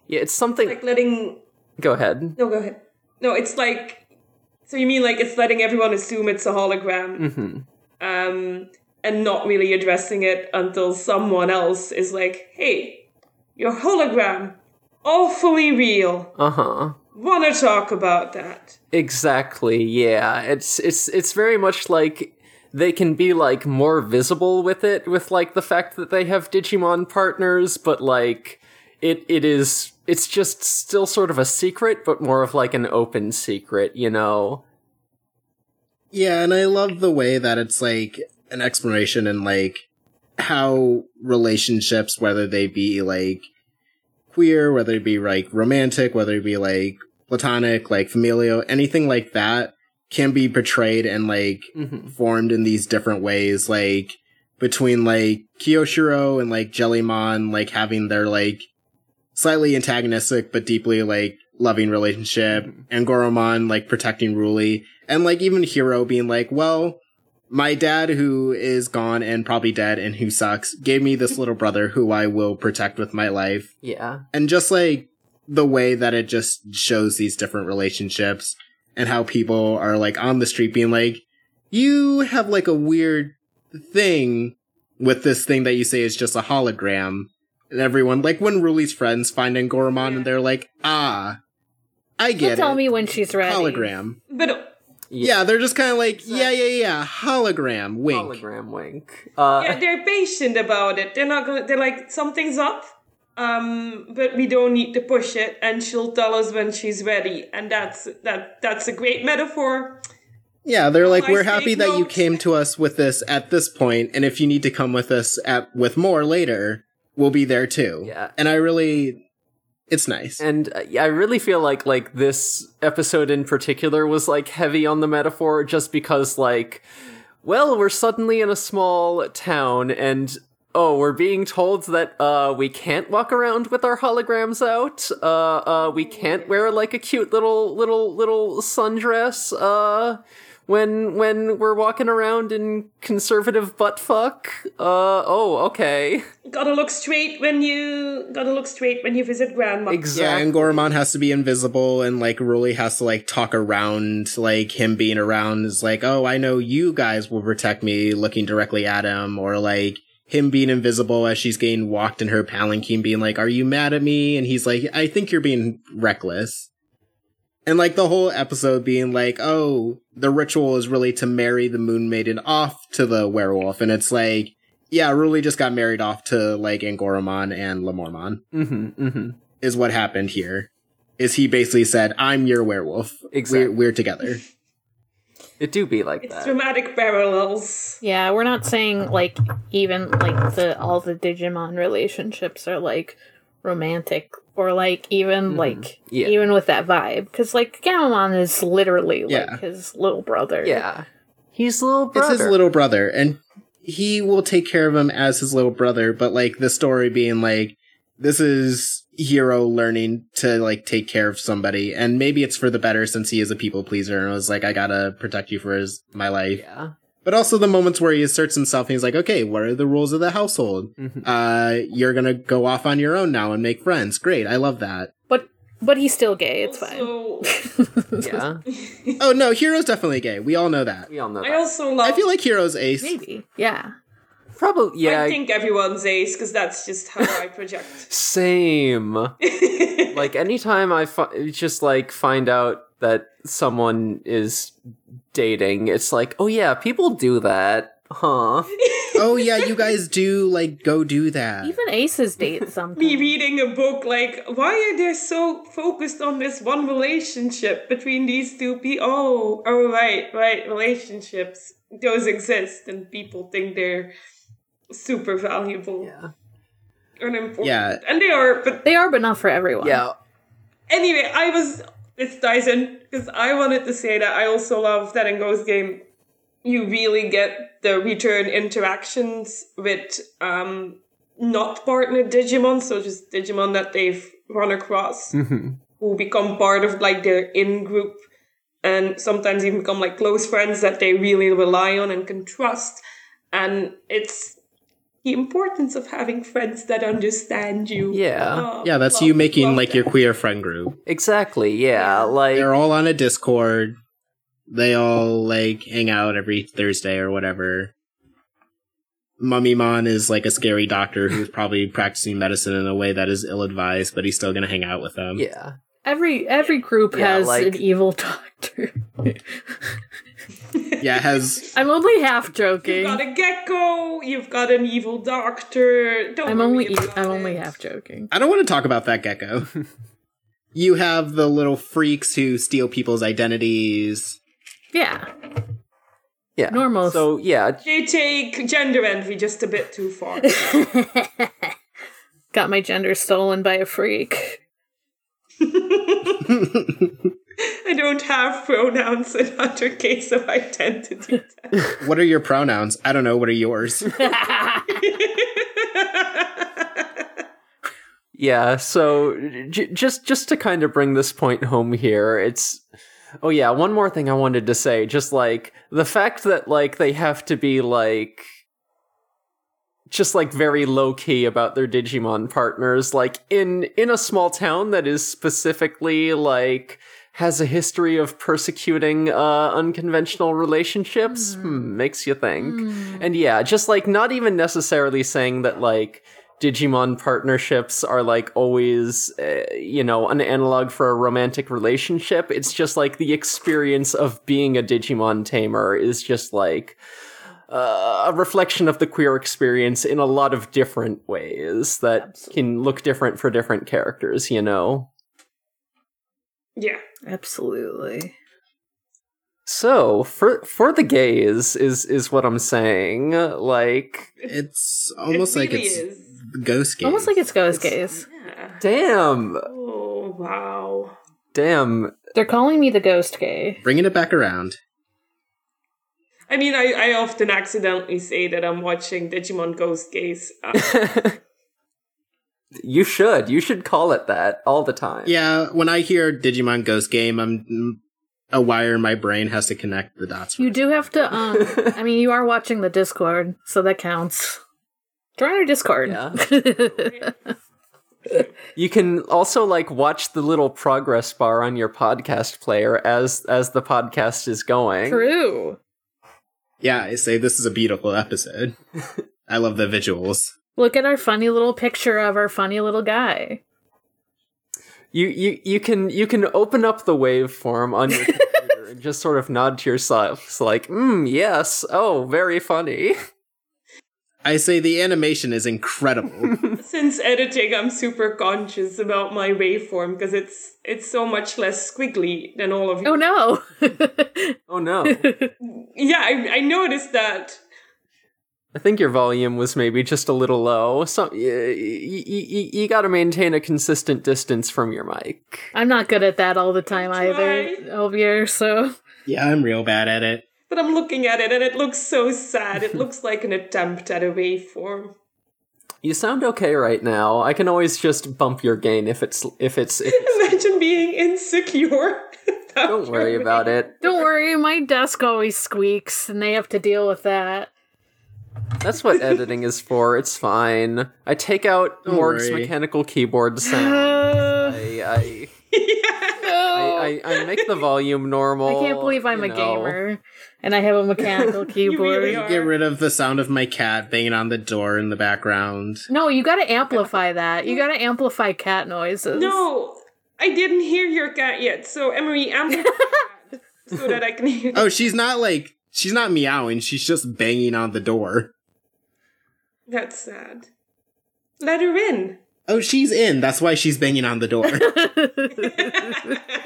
Speaker 1: yeah, it's something.
Speaker 4: Like letting.
Speaker 1: Go ahead.
Speaker 4: No, go ahead. No, it's like So you mean like it's letting everyone assume it's a hologram
Speaker 1: hmm
Speaker 4: um, and not really addressing it until someone else is like, hey, your hologram, awfully real.
Speaker 1: Uh huh.
Speaker 4: Wanna talk about that?
Speaker 1: Exactly. Yeah. It's it's it's very much like they can be like more visible with it with like the fact that they have Digimon partners, but like it it is it's just still sort of a secret, but more of like an open secret, you know.
Speaker 3: Yeah, and I love the way that it's like an exploration and like how relationships, whether they be like queer, whether it be like romantic, whether it be like platonic, like familial, anything like that can be portrayed and like
Speaker 1: hmm
Speaker 3: formed in these different ways, like between like Kyoshiro and like Jellymon, like having their like slightly antagonistic but deeply like loving relationship, and Goromon like protecting Ruli, and like even Hiro being like, well, my dad who is gone and probably dead and who sucks gave me this little brother who I will protect with my life
Speaker 1: Yeah.
Speaker 3: and just like the way that it just shows these different relationships and how people are like on the street being like you have like a weird thing with this thing that you say is just a hologram and everyone like when Ruli's friends find Angoromon and they're like ah I
Speaker 2: She'll
Speaker 3: get
Speaker 2: tell
Speaker 3: it
Speaker 2: me when she's ready.
Speaker 3: hologram
Speaker 4: But
Speaker 3: yeah. they're just kind of like yeah yeah yeah hologram wink
Speaker 1: Hologram wink. Uh,
Speaker 4: yeah, they're patient about it. They're not gonna, they're like, something's up, um, but we don't need to push it, and she'll tell us when she's ready. And that's that. that's a great metaphor.
Speaker 3: Yeah, they're like,
Speaker 4: I
Speaker 3: we're
Speaker 4: speak
Speaker 3: happy that you
Speaker 4: notes."
Speaker 3: came to us with this at this point, and if you need to come with us at with more later, we'll be there too.
Speaker 1: Yeah.
Speaker 3: and I really, it's nice.
Speaker 1: And uh, yeah, I really feel like like this episode in particular was like heavy on the metaphor just because like well, we're suddenly in a small town and oh, we're being told that uh we can't walk around with our holograms out. Uh uh we can't wear like a cute little little little sundress uh when when we're walking around in conservative butt fuck. Uh oh, okay.
Speaker 4: Gotta look straight when you gotta look straight when you visit grandma.
Speaker 3: yeah,
Speaker 1: Exactly.
Speaker 3: and Goromon has to be invisible, and like Ruli has to like talk around, like him being around is like, oh, I know you guys will protect me, looking directly at him, or like him being invisible as she's getting walked in her palanquin, being like, are you mad at me? And he's like, I think you're being reckless. And like the whole episode being like, oh, the ritual is really to marry the moon maiden off to the werewolf. And it's like, yeah, Ruli just got married off to like Angoromon and Lamormon
Speaker 1: Mhm. Mhm.
Speaker 3: is what happened here. Is he basically said, "I'm your werewolf.
Speaker 1: Exactly.
Speaker 3: We're, we're together."
Speaker 1: It do be like
Speaker 4: It's
Speaker 1: that.
Speaker 4: dramatic parallels.
Speaker 2: Yeah, we're not saying like even like the all the Digimon relationships are like romantic or like even
Speaker 3: Mm-hmm.
Speaker 1: Mhm.
Speaker 2: like
Speaker 1: Yeah.
Speaker 2: even with that vibe because like Gamamon is literally
Speaker 3: Yeah.
Speaker 2: like his little brother.
Speaker 1: Yeah. He's little
Speaker 3: it's
Speaker 1: brother.
Speaker 3: his little brother, and he will take care of him as his little brother. But like the story being like, this is Hero learning to like take care of somebody, and maybe it's for the better since he is a people pleaser and was like, "I gotta protect you for his, my life."
Speaker 1: Yeah.
Speaker 3: But also the moments where he asserts himself, and he's like, "Okay, what are the rules of the household?
Speaker 1: Mhm.
Speaker 3: Uh, you're gonna go off on your own now and make friends. Great, I love that."
Speaker 2: but but he's still gay. It's fine.
Speaker 4: also,
Speaker 1: Yeah.
Speaker 3: Oh no, Hero's definitely gay. We all know that.
Speaker 1: We all know
Speaker 4: I
Speaker 1: that.
Speaker 4: also love.
Speaker 3: I feel like Hero's ace.
Speaker 2: Maybe yeah.
Speaker 1: Probably yeah.
Speaker 4: I think everyone's ace because that's just how I project.
Speaker 1: same. like anytime I fi- just like find out that someone is dating, it's like, "Oh yeah, people do that." Huh.
Speaker 3: Oh yeah, you guys do like go do that.
Speaker 2: Even aces date
Speaker 4: Me
Speaker 2: sometimes.
Speaker 4: reading a book, like, why are they so focused on this one relationship between these two people? Oh, oh, right, right. Relationships, those exist, and people think they're super valuable
Speaker 1: Yeah.
Speaker 4: and important.
Speaker 3: Yeah.
Speaker 4: And they are, but
Speaker 2: they are, but not for everyone.
Speaker 1: Yeah.
Speaker 4: anyway, I was it's Dyson because I wanted to say that I also love that in Ghost Game you really get the return interactions with um not partner Digimon, so just Digimon that they've run across
Speaker 3: Mm-hmm.
Speaker 1: Mhm.
Speaker 4: who become part of like their in group and sometimes even become like close friends that they really rely on and can trust. And it's the importance of having friends that understand you.
Speaker 1: Yeah.
Speaker 4: Oh,
Speaker 3: yeah, that's
Speaker 4: love-
Speaker 3: you
Speaker 4: love
Speaker 3: making like
Speaker 4: that.
Speaker 3: your queer friend group.
Speaker 1: Exactly. Yeah. Like
Speaker 3: They're all on a Discord. They all like hang out every Thursday or whatever. Mummy Mon is like a scary doctor who's probably practicing medicine in a way that is ill advised, but he's still gonna hang out with them.
Speaker 1: Yeah.
Speaker 2: Every every group
Speaker 1: Yeah,
Speaker 2: has
Speaker 1: like-
Speaker 2: an evil doctor.
Speaker 3: Yeah, it has
Speaker 2: I'm only half
Speaker 4: You've
Speaker 2: joking.
Speaker 4: got a gecko. You've got an evil doctor. Don't
Speaker 2: I'm
Speaker 4: worry
Speaker 2: only e-
Speaker 4: about
Speaker 2: I'm
Speaker 4: it.
Speaker 2: only half joking.
Speaker 3: I don't want to talk about that gecko. you have the little freaks who steal people's identities.
Speaker 2: Yeah.
Speaker 1: Yeah.
Speaker 2: Normal.
Speaker 1: So yeah,
Speaker 4: They take gender envy just a bit too far.
Speaker 2: Got my gender stolen by a freak.
Speaker 4: I don't have pronouns in under case of identity.
Speaker 3: What are your pronouns? I don't know. What are yours?
Speaker 1: Yeah, so j- just just to kind of bring this point home here, it's Oh yeah, one more thing I wanted to say, just like the fact that like they have to be like just like very low key about their Digimon partners like in in a small town that is specifically like has a history of persecuting uh unconventional relationships hmm, makes you think. And yeah, just like not even necessarily saying that like Digimon partnerships are like always, uh, you know, an analog for a romantic relationship. It's just like the experience of being a Digimon tamer is just like uh, a reflection of the queer experience in a lot of different ways that can look different for different characters, you know?
Speaker 4: yeah.
Speaker 2: Absolutely.
Speaker 1: So, for for the gays is is what I'm saying. Like,
Speaker 3: it's almost
Speaker 4: it
Speaker 3: like
Speaker 4: really
Speaker 3: it's
Speaker 4: is.
Speaker 3: ghost game.
Speaker 2: Almost like it's ghost gaze.
Speaker 4: Yeah.
Speaker 1: damn,
Speaker 4: Oh wow.
Speaker 1: damn,
Speaker 2: They're calling me the ghost gay.
Speaker 3: bringing it back around.
Speaker 4: I mean, I, I often accidentally say that I'm watching Digimon Ghost Gaze. Uh,
Speaker 1: you should you should call it that all the time.
Speaker 3: Yeah, when I hear Digimon Ghost Game, I'm mm, a wire in my brain has to connect the dots.
Speaker 2: You do have to um I mean you are watching the Discord, so that counts. Join our Discord.
Speaker 1: Yeah. You can also like watch the little progress bar on your podcast player as as the podcast is going.
Speaker 2: True.
Speaker 3: Yeah, I say this is a beautiful episode. I love the visuals.
Speaker 2: Look at our funny little picture of our funny little guy.
Speaker 1: You you you can you can open up the waveform on your computer and just sort of nod to yourself. It's like, mm, yes, oh, very funny.
Speaker 3: I say the animation is incredible.
Speaker 4: since editing, I'm super conscious about my waveform because it's it's so much less squiggly than all of you.
Speaker 2: Oh no.
Speaker 1: Oh no. I
Speaker 4: Yeah, I, I noticed that.
Speaker 1: think your volume was maybe just a little low. So y- y- y- you got to maintain a consistent distance from your mic.
Speaker 2: I'm not good at that all the time
Speaker 4: Try.
Speaker 2: either, Ovier, so
Speaker 3: yeah, I'm real bad at it.
Speaker 4: But I'm looking at it and it looks so sad. It looks like an attempt at a waveform.
Speaker 1: You sound okay right now. I can always just bump your gain if it's if it's. If it's
Speaker 4: Imagine being insecure. about
Speaker 1: don't
Speaker 4: your
Speaker 1: worry about
Speaker 4: wave-
Speaker 1: it.
Speaker 2: don't worry, my desk always squeaks and they have to deal with that.
Speaker 1: That's what editing is for. It's fine. I take out
Speaker 3: Don't
Speaker 1: Morg's
Speaker 3: worry.
Speaker 1: mechanical keyboard sound.
Speaker 2: Uh,
Speaker 1: I, I,
Speaker 2: no.
Speaker 1: I, I, I make the volume
Speaker 2: I
Speaker 1: normal.
Speaker 4: Oh,
Speaker 2: can't believe I'm
Speaker 1: you
Speaker 2: a
Speaker 1: know.
Speaker 2: gamer and I have a mechanical keyboard.
Speaker 4: really are.
Speaker 3: Get rid of the sound of my cat banging on the door in the background.
Speaker 2: No, you got to amplify that. You got to amplify cat noises.
Speaker 4: No, I didn't hear your cat yet. So, Emery, I'm the cat so that I can hear.
Speaker 1: Uh,
Speaker 3: Oh, she's not like she's not meowing. She's just banging on the door.
Speaker 4: That's sad. Let her in.
Speaker 3: Oh, she's in. That's why she's banging on the door.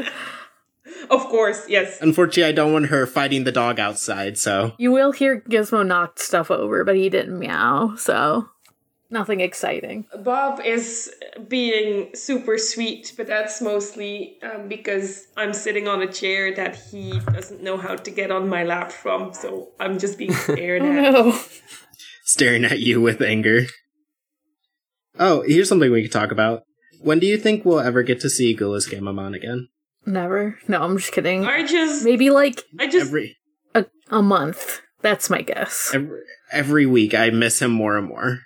Speaker 4: Of course, yes.
Speaker 3: Unfortunately, I don't want her fighting the dog outside, so.
Speaker 2: You will hear Gizmo knocked stuff over, but he didn't meow, so nothing exciting.
Speaker 4: Bob is being super sweet, but that's mostly um, because I'm sitting on a chair that he doesn't know how to get on my lap from, so I'm just being stared at.
Speaker 2: No.
Speaker 3: staring at you with anger. Oh, here's something we could talk about. When do you think we'll ever get to see Gula's Gamamon again?
Speaker 2: Never. No, I'm just kidding.
Speaker 4: I just,
Speaker 2: Maybe like
Speaker 4: I just,
Speaker 3: Every
Speaker 2: a, a month. That's my guess.
Speaker 3: every every week I miss him more and more.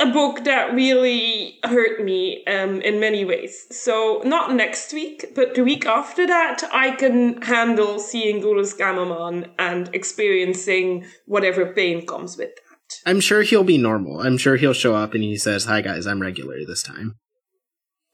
Speaker 4: a book that really hurt me um, in many ways. So not next week, but the week after that, I can handle seeing Gurus Gamaman and experiencing whatever pain comes with that.
Speaker 3: I'm sure he'll be normal. I'm sure he'll show up and he says, "Hi guys, I'm regular this time.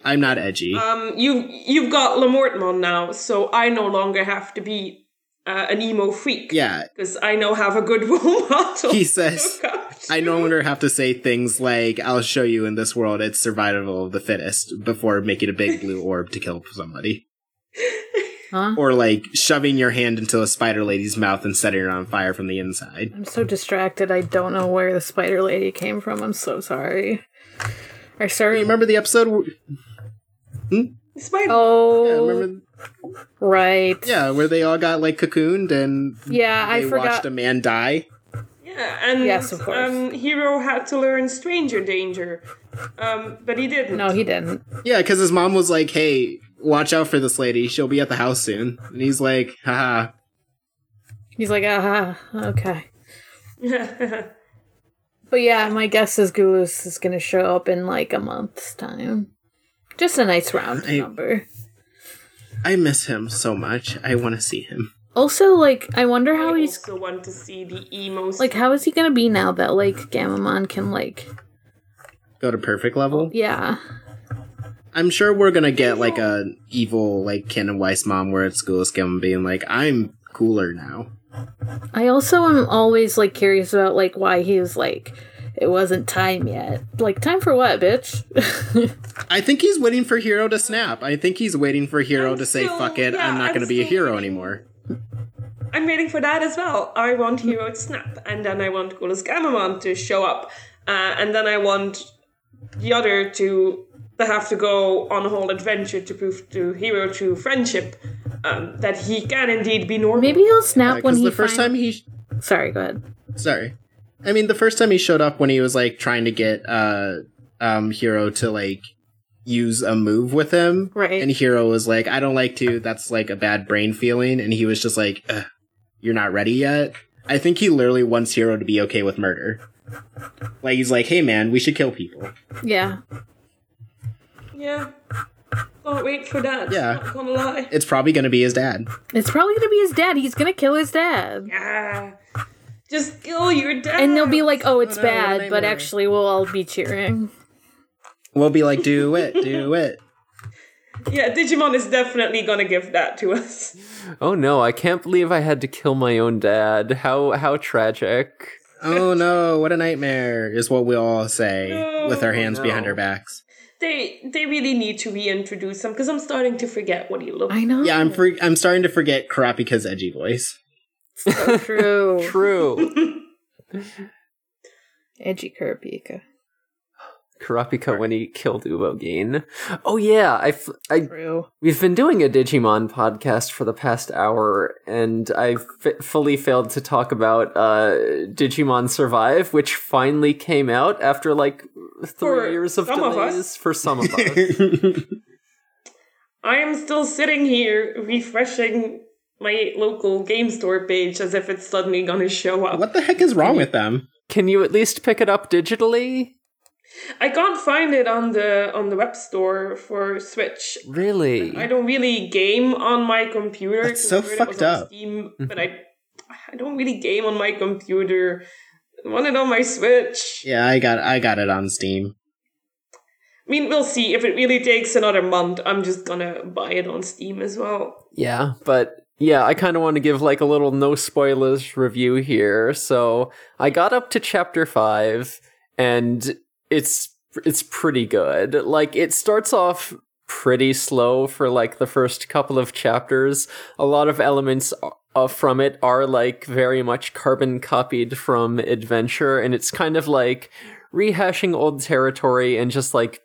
Speaker 3: I'm not edgy."
Speaker 4: Um, you you've got Lamortmon now, so I no longer have to be uh, an emo freak.
Speaker 3: yeah,
Speaker 4: because I now have a good role model. Oh,
Speaker 3: he
Speaker 4: to
Speaker 3: says,
Speaker 4: look up to.
Speaker 3: "I no longer have to say things like I'll show you in this world it's survival of the fittest" before making a big blue orb to kill somebody,
Speaker 2: Huh?
Speaker 3: or like shoving your hand into a spider lady's mouth and setting it on fire from the inside.
Speaker 2: I'm so distracted. I don't know where the spider lady came from. I'm so sorry. I started.
Speaker 3: Remember the episode? Where,
Speaker 4: Spider-
Speaker 2: Oh,
Speaker 3: yeah, remember
Speaker 2: right.
Speaker 3: Yeah, where they all got like cocooned and
Speaker 2: Yeah, I
Speaker 3: they watched
Speaker 2: forgot.
Speaker 3: a man die.
Speaker 4: Yeah, and
Speaker 2: Yes, of course.
Speaker 4: um, Hero had to learn Stranger Danger, um, but he didn't.
Speaker 2: No, he didn't.
Speaker 3: Yeah, because his mom was like, "Hey, watch out for this lady. She'll be at the house soon." And he's like, "Haha."
Speaker 2: He's like, aha, okay. But yeah, my guess is Gulus is going to show up in like a month's time. Just a nice round
Speaker 3: I-
Speaker 2: number.
Speaker 3: I miss him so much. I want to see him.
Speaker 2: Also, like, I wonder how
Speaker 4: I
Speaker 2: he's
Speaker 4: also want to see the emo.
Speaker 2: like, how is he going to be now that like Gamamon can like,
Speaker 3: Go to perfect level.
Speaker 2: yeah,
Speaker 3: I'm sure we're gonna get like a evil like Ken and Weiss mom where it's Ghoulish Gum being like, "I'm cooler now."
Speaker 2: I also am always like curious about like why he was like it wasn't time yet. Like time for what, bitch?
Speaker 3: I think he's waiting for Hero to snap. I think he's waiting for Hero
Speaker 4: I'm
Speaker 3: to say,
Speaker 4: still-
Speaker 3: "Fuck it,
Speaker 4: yeah,
Speaker 3: I'm not
Speaker 4: I'm
Speaker 3: gonna be a
Speaker 4: still
Speaker 3: hero
Speaker 4: waiting.
Speaker 3: anymore."
Speaker 4: I'm waiting for that as well. I want Hero to snap, and then I want Gulas Gamamon to show up, uh, and then I want the other to to have to go on a whole adventure to prove to Hero through friendship um, that he can indeed be normal.
Speaker 2: Maybe he'll snap when
Speaker 3: Because
Speaker 2: he
Speaker 3: the first
Speaker 2: find-
Speaker 3: time he
Speaker 2: Sorry, go ahead.
Speaker 3: Sorry. I mean, the first time he showed up when he was like trying to get uh um Hero to like use a move with him.
Speaker 2: Right.
Speaker 3: And Hero was like, I don't like to. That's like a bad brain feeling. And he was just like, Ugh, You're not ready yet. I think he literally wants Hero to be okay with murder. Like, he's like, Hey man, we should kill people.
Speaker 2: Yeah.
Speaker 4: Yeah. Can't wait for that.
Speaker 3: Yeah.
Speaker 4: Not gonna lie.
Speaker 3: It's probably going to be his dad.
Speaker 2: It's probably gonna be his dad. He's gonna kill his dad.
Speaker 4: Yeah. Just kill your dad.
Speaker 2: And they'll be like, oh, it's
Speaker 3: no, what a
Speaker 2: bad, but
Speaker 3: nightmare.
Speaker 2: actually, we'll all be cheering.
Speaker 3: We'll be like, Do it, do it.
Speaker 4: Yeah, Digimon is definitely gonna give that to us.
Speaker 1: Oh no, I can't believe I had to kill my own dad. How how tragic.
Speaker 3: Oh no, what a nightmare, is what we all say with our hands
Speaker 1: No.
Speaker 3: behind our backs.
Speaker 4: They they really need to reintroduce him because I'm starting to forget what he looked
Speaker 2: I know.
Speaker 3: Yeah, I'm free- I'm starting to forget Karapika's edgy voice.
Speaker 2: so true.
Speaker 1: True.
Speaker 2: Edgy Kurapika.
Speaker 1: Karapika when he killed Ubogine. Oh yeah, I, f- I
Speaker 2: True.
Speaker 1: We've been doing a Digimon podcast for the past hour, and I f- fully failed to talk about uh, Digimon Survive, which finally came out after like three
Speaker 4: For
Speaker 1: years of
Speaker 4: some of us.
Speaker 1: delays for some of us.
Speaker 3: I
Speaker 4: I am still sitting here refreshing my local game store page as if it's suddenly gonna show up.
Speaker 3: what the heck is wrong with them?
Speaker 1: Can you at least pick it up digitally?
Speaker 4: I can't find it on the on the web store for Switch.
Speaker 1: Really?
Speaker 4: I don't really game on my computer.
Speaker 3: That's so
Speaker 4: 'cause I heard it was
Speaker 3: fucked
Speaker 4: on
Speaker 3: up. Mm-hmm.
Speaker 4: Steam, but I I don't really game on my computer. I want it on my Switch.
Speaker 3: Yeah, I got I got it on Steam.
Speaker 4: I mean, we'll see. If it really takes another month, I'm just gonna buy it on Steam as well.
Speaker 1: Yeah, but yeah, I kind of want to give like a little no spoilers review here. So I got up to chapter five, and it's it's pretty good. Like it starts off pretty slow for like the first couple of chapters. A lot of elements uh, from it are like very much carbon copied from Adventure, and it's kind of like rehashing old territory and just like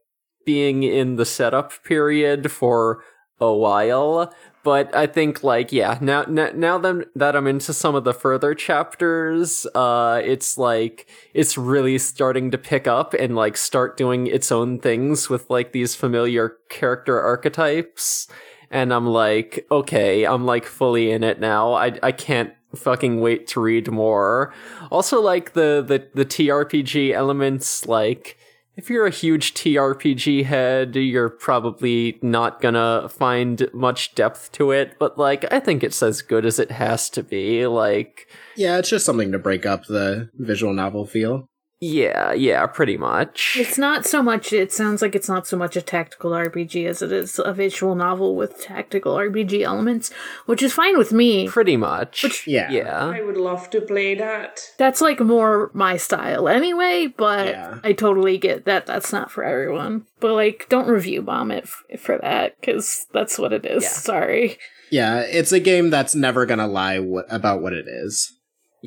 Speaker 1: being in the setup period for a while but i think like yeah now now, now that, that i'm into some of the further chapters uh it's like it's really starting to pick up and like start doing its own things with like these familiar character archetypes and i'm like okay i'm like fully in it now i i can't fucking wait to read more also like the the the trpg elements like If you're a huge TRPG head, you're probably not gonna find much depth to it, but like, I think it's as good as it has to be. Like,
Speaker 3: Yeah, it's just something to break up the visual novel feel.
Speaker 1: yeah, yeah, pretty much.
Speaker 2: It's not so much, it sounds like it's not so much a tactical RPG as it is a visual novel with tactical RPG elements, which is fine with me.
Speaker 1: pretty much.
Speaker 3: Yeah.
Speaker 1: Yeah.
Speaker 4: I would love to play that.
Speaker 2: That's like more my style anyway, but
Speaker 3: Yeah.
Speaker 2: I totally get that that's not for everyone. But like, don't review bomb it f- for that, because that's what it is.
Speaker 1: Yeah.
Speaker 2: Sorry.
Speaker 3: Yeah, it's a game that's never gonna lie wh- about what it is.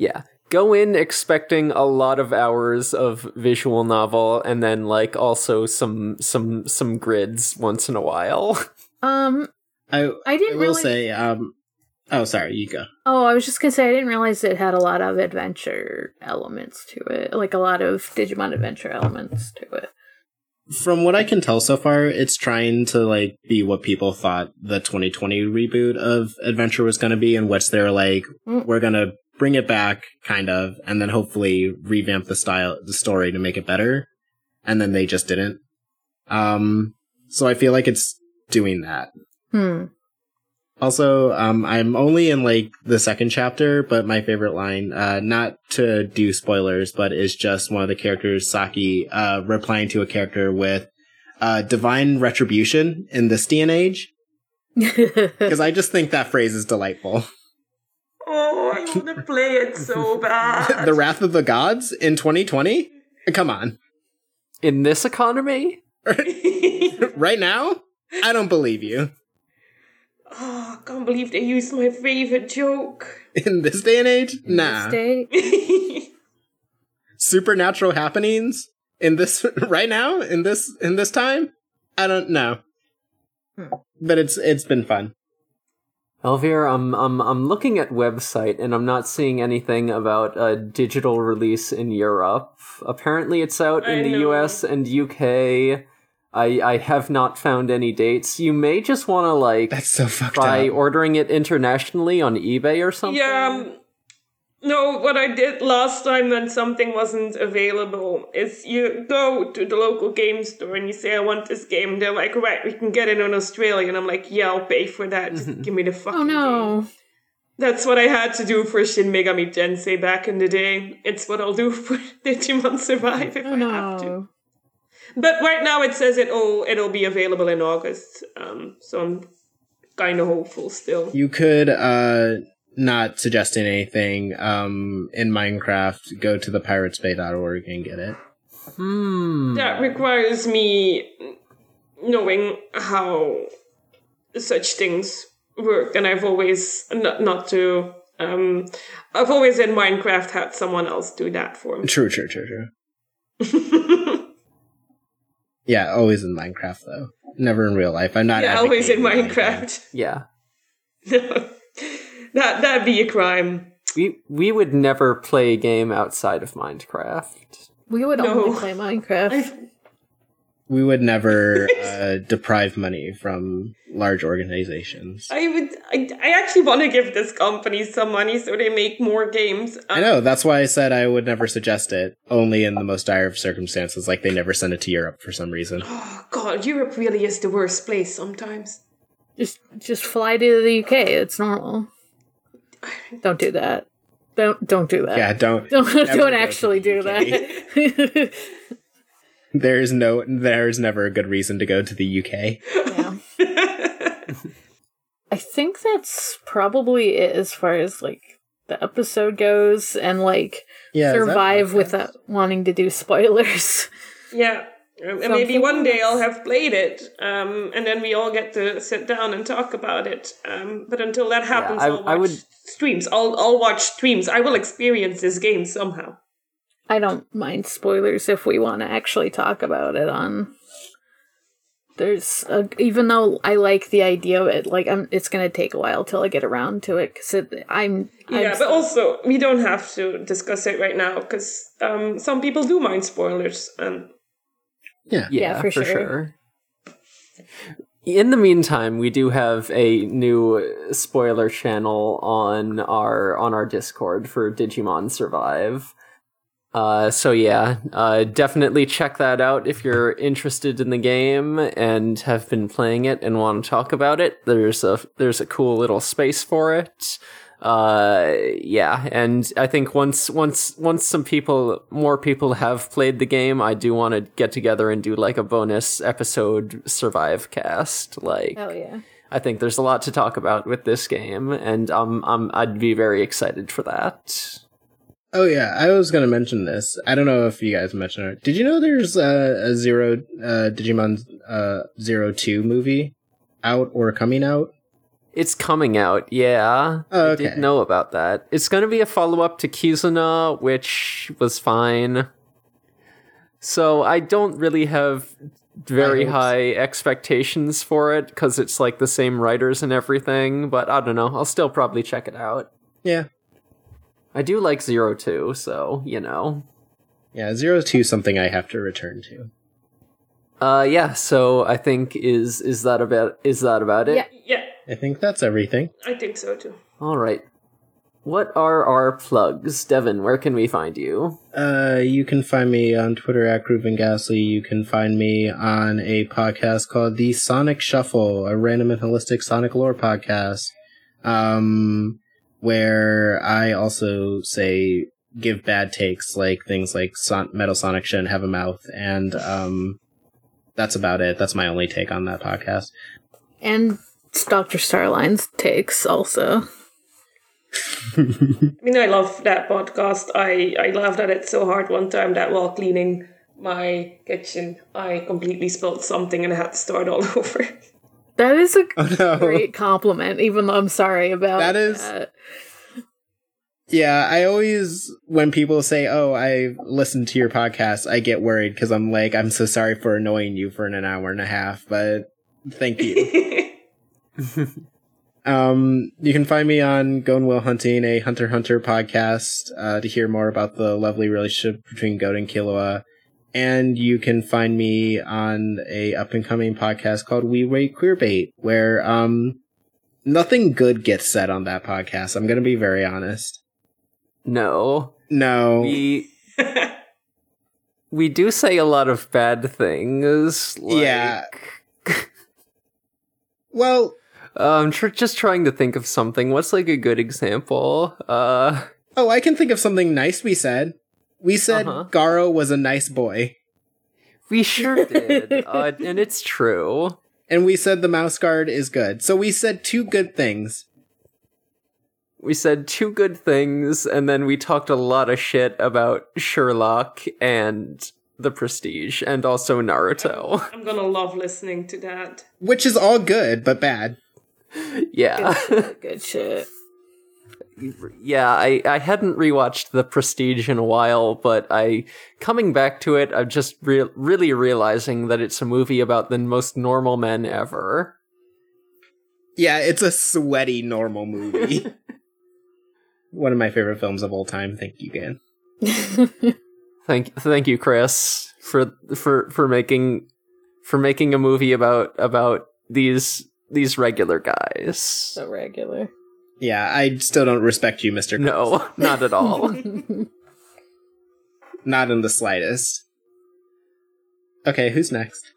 Speaker 1: Yeah. Go in expecting a lot of hours of visual novel and then like also some some some grids once in a while.
Speaker 2: Um,
Speaker 3: I,
Speaker 2: I
Speaker 3: I
Speaker 2: didn't
Speaker 3: will
Speaker 2: really.
Speaker 3: say, um, oh, sorry, you go.
Speaker 2: Oh, I was just gonna say I didn't realize it had a lot of adventure elements to it, like a lot of Digimon adventure elements to it.
Speaker 3: From what I can tell so far, it's trying to like be what people thought the 2020 reboot of Adventure was gonna be, and what's their like,
Speaker 2: Mm.
Speaker 3: we're gonna bring it back, kind of, and then hopefully revamp the style, the story to make it better, and then they just didn't. Um, so I feel like it's doing that.
Speaker 2: Hmm.
Speaker 3: Also, um, I'm only in like the second chapter, but my favorite line, uh, not to do spoilers, but is just one of the characters, Saki, uh, replying to a character with, uh, divine retribution in this day and age. Cause I just think that phrase is delightful.
Speaker 4: Oh, I want to play it so bad.
Speaker 3: the wrath of the gods in 2020? Come on.
Speaker 1: in this economy?
Speaker 3: Right now? I don't believe you.
Speaker 4: oh, I can't believe they used my favorite joke.
Speaker 3: In this day and age? Nah.
Speaker 2: Stay-
Speaker 3: Supernatural happenings in this right now? In this in this time? I don't know.
Speaker 2: Hmm.
Speaker 3: But it's it's been fun.
Speaker 1: Elvira, I'm I'm I'm looking at website and I'm not seeing anything about a digital release in Europe. Apparently, it's out in
Speaker 4: I
Speaker 1: the
Speaker 4: know.
Speaker 1: U.S. and U.K. I I have not found any dates. You may just want to like
Speaker 3: That's so fucked
Speaker 1: try
Speaker 3: up.
Speaker 1: ordering it internationally on eBay or something.
Speaker 4: yeah. um, No, what I did last time when something wasn't available is you go to the local game store and you say, I want this game. They're like, right, we can get it on Australia. And I'm like, yeah, I'll pay for that. Just give me the fucking
Speaker 2: oh
Speaker 4: game.
Speaker 2: no.
Speaker 4: That's what I had to do for Shin Megami Tensei back in the day. It's what I'll do for Digimon Survive if
Speaker 2: Oh
Speaker 4: I have to.
Speaker 2: no.
Speaker 4: But right now it says it'll it'll be available in August. Um, so I'm kind of hopeful still.
Speaker 3: You could uh not suggesting anything um in Minecraft, go to the piratesbay.org and get it.
Speaker 1: Hmm.
Speaker 4: That requires me knowing how such things work, and I've always not not to. Um, I've always in Minecraft had someone else do that for me.
Speaker 3: True, true, true, true. Yeah, always in Minecraft though. Never in real life. I'm not
Speaker 4: yeah, always in
Speaker 3: advocating anything.
Speaker 4: Minecraft.
Speaker 1: Yeah.
Speaker 4: that that'd be a crime.
Speaker 1: We we would never play a game outside of Minecraft.
Speaker 2: We would only
Speaker 4: No.
Speaker 2: play Minecraft.
Speaker 3: We would never uh, deprive money from large organizations.
Speaker 4: I would. I, I actually want to give this company some money so they make more games. Um,
Speaker 3: I know. That's why I said I would never suggest it. Only in the most dire of circumstances, like they never send it to Europe for some reason.
Speaker 4: Oh God, Europe really is the worst place sometimes.
Speaker 2: Just just fly to the UK. It's normal. Don't do that. Don't don't do that.
Speaker 3: Yeah, don't.
Speaker 2: Don't
Speaker 3: go
Speaker 2: don't
Speaker 3: to
Speaker 2: actually
Speaker 3: the
Speaker 2: do that.
Speaker 3: There is no. There is never a good reason to go to the UK.
Speaker 2: yeah. I think that's probably it as far as like the episode goes and like
Speaker 3: Yeah, is that
Speaker 2: survive
Speaker 3: podcast?
Speaker 2: without wanting to do spoilers.
Speaker 4: Yeah. And maybe one day I'll have played it, um, and then we all get to sit down and talk about it. Um, but until that happens,
Speaker 1: I-
Speaker 4: will watch
Speaker 1: I would-
Speaker 4: streams. I'll I'll watch streams. I will experience this game somehow.
Speaker 2: I don't mind spoilers if we want to actually talk about it on there's a, even though I like the idea of it like I'm it's going to take a while till I get around to it cuz it, I'm I'm
Speaker 4: Yeah, but also we don't have to discuss it right now because um, some people do mind spoilers, and
Speaker 1: Yeah,
Speaker 2: Yeah,
Speaker 1: for, sure.
Speaker 2: for sure.
Speaker 1: In the meantime, we do have a new uh, spoiler channel on our on our Discord for Digimon Survive. Uh, so yeah, uh, definitely check that out if you're interested in the game and have been playing it and want to talk about it. There's a there's a cool little space for it. Uh, yeah, and I think once once once some people more people have played the game, I do want to get together and do like a bonus episode survive cast. Like,
Speaker 2: Oh yeah.
Speaker 1: I think there's a lot to talk about with this game, and um, um, I'd be very excited for that.
Speaker 3: Oh yeah, I was gonna mention this. I don't know if you guys mentioned it. Did you know there's uh, a zero uh, Digimon uh, Zero Two movie out or coming out?
Speaker 1: It's coming out, yeah.
Speaker 3: Oh,
Speaker 1: I
Speaker 3: okay.
Speaker 1: didn't know about that. It's going to be a follow up to Kizuna, which was fine. So I don't really have very
Speaker 3: I hope so.
Speaker 1: high expectations for it because it's like the same writers and everything, but I don't know. I'll still probably check it out.
Speaker 3: Yeah,
Speaker 1: I do like Zero Two, so, you know.
Speaker 3: yeah. Zero Two something I have to return to.
Speaker 1: Uh yeah, so I think is is that about is that about it?
Speaker 2: Yeah.
Speaker 4: Yeah,
Speaker 3: I think that's everything.
Speaker 4: I think so too.
Speaker 1: All right. What are our plugs? Devin, where can we find you?
Speaker 3: Uh, you can find me on Twitter at Ruben Gasly. You can find me on a podcast called The Sonic Shuffle, a random and holistic Sonic lore podcast, um, where I also say give bad takes, like things like son- Metal Sonic shouldn't have a mouth, and um, that's about it. That's my only take on that podcast.
Speaker 2: And Doctor Starline's takes also.
Speaker 4: I mean, I love that podcast. I, I laughed at it so hard one time that while cleaning my kitchen, I completely spilled something and I had to start all over.
Speaker 2: That is a
Speaker 3: Oh no!
Speaker 2: great compliment, even though I'm sorry about
Speaker 3: That is-
Speaker 2: that.
Speaker 3: Yeah, I always when people say, "Oh, I listened to your podcast," I get worried because I'm like, "I'm so sorry for annoying you for an hour and a half," but thank you. um, you can find me on Gone Will Hunting, a Hunter x Hunter podcast, uh, to hear more about the lovely relationship between Goat and Killua. And you can find me on a up and coming podcast called We Wait Queerbait, where um, nothing good gets said on that podcast. I'm gonna be very honest.
Speaker 1: No.
Speaker 3: No.
Speaker 1: We we do say a lot of bad things. Like,
Speaker 3: Yeah. Well,
Speaker 1: Um, tr- just trying to think of something. What's like a good example? Uh,
Speaker 3: oh, I can think of something nice we said. We said
Speaker 1: Uh-huh.
Speaker 3: Garo was a nice boy.
Speaker 1: we sure did, uh, and it's true.
Speaker 3: And we said the mouse guard is good. So we said two good things.
Speaker 1: We said two good things, and then we talked a lot of shit about Sherlock and The Prestige, and also Naruto.
Speaker 4: I'm gonna love listening to that.
Speaker 3: Which is all good, but bad.
Speaker 1: yeah.
Speaker 2: Good shit.
Speaker 1: yeah, I, I hadn't rewatched The Prestige in a while, but I coming back to it, I'm just re- really realizing that it's a movie about the most normal men ever.
Speaker 3: Yeah, it's a sweaty normal movie. One of my favorite films of all time. Thank you, Dan.
Speaker 1: Thank thank you, Chris, for for for making for making a movie about about these these regular guys.
Speaker 2: So regular.
Speaker 3: Yeah, I still don't respect you, Mr. Chris.
Speaker 1: No, not at all.
Speaker 3: Not in the slightest. Okay, who's next?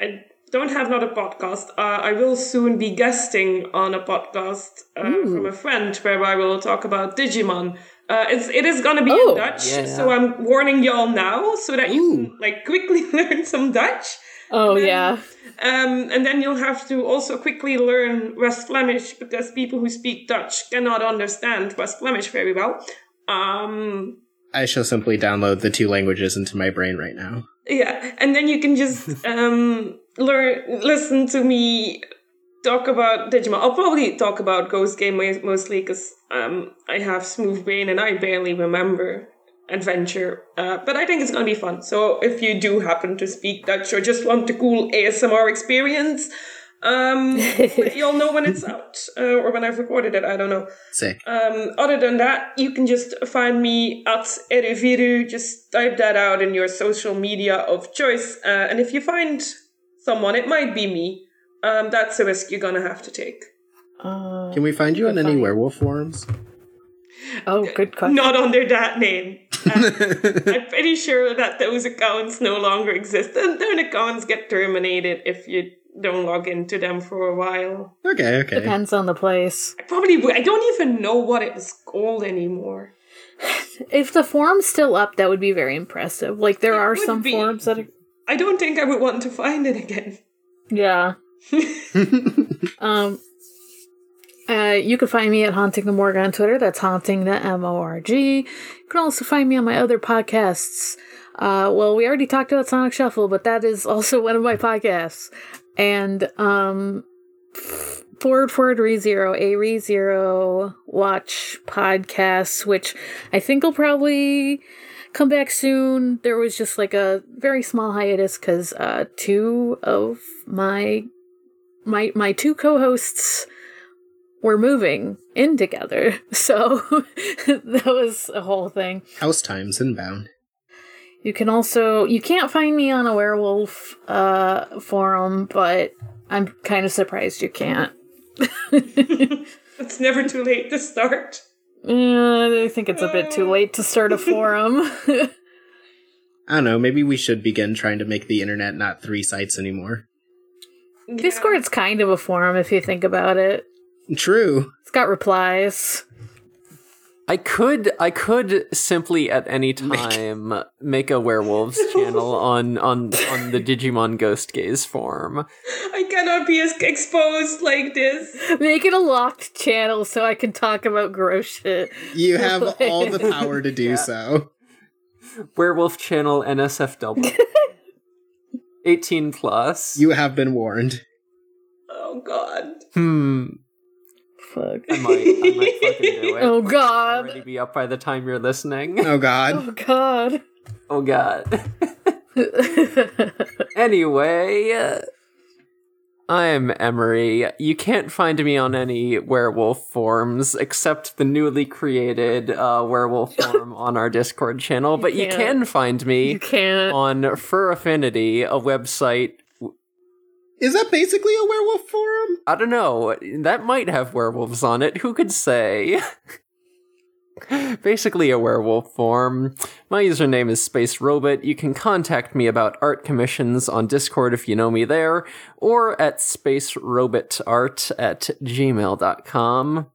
Speaker 4: I don't have another podcast. Uh, I will soon be guesting on a podcast uh, from a friend where I will talk about Digimon. Uh, it's it is gonna be
Speaker 2: Oh.
Speaker 4: in Dutch,
Speaker 1: Yeah.
Speaker 4: so I'm warning y'all now so that you
Speaker 3: Ooh.
Speaker 4: can like quickly learn some Dutch.
Speaker 2: oh yeah.
Speaker 4: Um, and then you'll have to also quickly learn West Flemish because people who speak Dutch cannot understand West Flemish very well. Um,
Speaker 3: I shall simply download the two languages into my brain right now.
Speaker 4: Yeah, and then you can just um, learn, listen to me talk about Digimon. I'll probably talk about Ghost Game mo- mostly because um, I have smooth brain and I barely remember adventure. Uh, but I think it's gonna be fun. So if you do happen to speak Dutch or just want the cool ASMR experience, um, you'll know when it's out uh, or when I've recorded it. I don't know.
Speaker 3: Sick.
Speaker 4: Um, other than that, you can just find me at Ereviru. Just type that out in your social media of choice. Uh, and if you find someone, it might be me. Um, that's a risk you're gonna have to take.
Speaker 2: Uh,
Speaker 3: Can we find you on any werewolf forums?
Speaker 2: oh, good question.
Speaker 4: Not under that name. I'm pretty sure that those accounts no longer exist, and their accounts get terminated if you don't log into them for a while.
Speaker 3: okay, okay.
Speaker 2: Depends on the place.
Speaker 4: I probably w- I don't even know what it was called anymore.
Speaker 2: If the form's still up, that would be very impressive. Like there are
Speaker 4: would
Speaker 2: some
Speaker 4: be.
Speaker 2: forms that are
Speaker 4: I don't think I would want to find it again.
Speaker 2: Yeah. um uh, you can find me at Haunting the Morgue on Twitter. That's Haunting the M O R G. You can also find me on my other podcasts. Uh, well, we already talked about Sonic Shuffle, but that is also one of my podcasts. And um, Forward Forward ReZero, a ReZero Watch podcast, which I think will probably come back soon. There was just like a very small hiatus because uh, two of my my my two co-hosts were moving in together, so that was a whole thing.
Speaker 3: House times inbound.
Speaker 2: You can also you can't find me on a werewolf uh, forum, but I'm kind of surprised you can't.
Speaker 4: It's never too late to start.
Speaker 2: Uh, I think it's a bit too late to start a forum.
Speaker 3: I don't know. Maybe we should begin trying to make the internet not three sites anymore.
Speaker 2: Discord's kind of a forum if you think about it.
Speaker 3: True.
Speaker 2: It's got replies.
Speaker 1: I could I could simply at any time make a werewolves channel on on on the Digimon Ghost Gaze form.
Speaker 4: I cannot be as exposed like this.
Speaker 2: Make it a locked channel so I can talk about gross shit.
Speaker 3: You have all the power to do so.
Speaker 1: Werewolf channel NSFW. 18 plus.
Speaker 3: You have been warned.
Speaker 4: Oh God.
Speaker 1: hmm.
Speaker 2: Fuck.
Speaker 1: I might, I might fucking do it.
Speaker 2: Oh
Speaker 1: I'll already
Speaker 2: god.
Speaker 1: be up by the time you're listening.
Speaker 3: Oh god.
Speaker 2: Oh god.
Speaker 1: Oh god. anyway, uh, I'm Emery. You can't find me on any werewolf forms except the newly created uh, werewolf form on our Discord channel, but you
Speaker 2: can't.
Speaker 1: can find me
Speaker 2: you can't.
Speaker 1: on Fur Affinity, a website.
Speaker 3: Is that basically a werewolf forum?
Speaker 1: I don't know, that might have werewolves on it. Who could say? Basically, a werewolf form. My username is Space Robot. You can contact me about art commissions on Discord if you know me there, or at spacerobotart at gmail.com.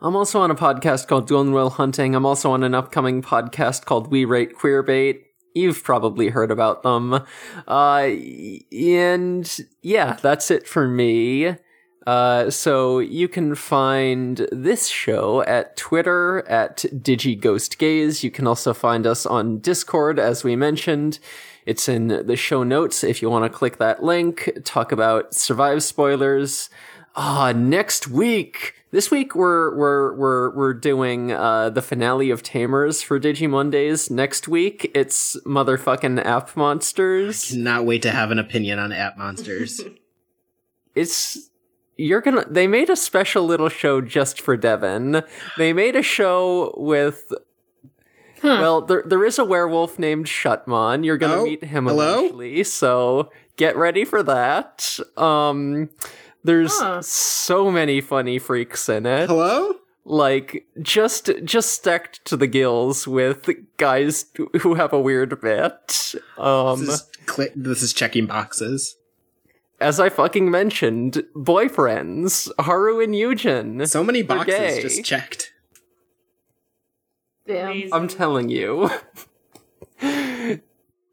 Speaker 1: I'm also on a podcast called Gonwell Hunting. I'm also on an upcoming podcast called We Rate Queerbait. You've probably heard about them. Uh, y- and yeah, that's it for me. Uh, so you can find this show at Twitter at DigiGhostGaze. You can also find us on Discord, as we mentioned. It's in the show notes if you want to click that link. Talk about survive spoilers. Ah, next week. This week we're we're we're we're doing uh, the finale of Tamers for Digimondays. Next week it's motherfucking app monsters.
Speaker 3: Not wait to have an opinion on app monsters.
Speaker 1: it's you're gonna they made a special little show just for devin they made a show with well there, there is a werewolf named shutmon you're gonna
Speaker 3: Oh,
Speaker 1: meet him
Speaker 3: hello?
Speaker 1: eventually so get ready for that um there's
Speaker 2: Huh.
Speaker 1: so many funny freaks in it
Speaker 3: Hello?
Speaker 1: like just just stacked to the gills with guys who have a weird bit um
Speaker 3: This is, cli- this is checking boxes.
Speaker 1: as I fucking mentioned, boyfriends, Haru and Yujin.
Speaker 3: So many boxes
Speaker 1: gay.
Speaker 3: just checked.
Speaker 2: Damn.
Speaker 1: I'm telling you.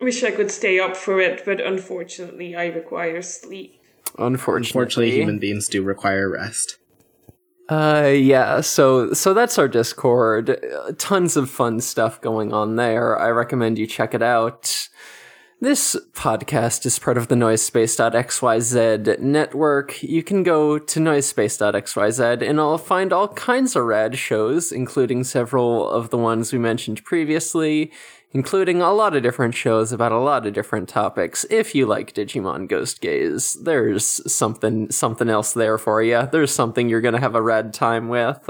Speaker 4: Wish I could stay up for it, but unfortunately, I require sleep.
Speaker 1: Unfortunately.
Speaker 3: Fortunately, human beings do require rest.
Speaker 1: Uh yeah, so so that's our Discord. Uh, Tons of fun stuff going on there. I recommend you check it out. This podcast is part of the Noisepace.xyz network. You can go to noisepace.xyz and I'll find all kinds of rad shows, including several of the ones we mentioned previously, including a lot of different shows about a lot of different topics. If you like Digimon Ghost Gaze, there's something something else there for you. There's something you're gonna have a rad time with.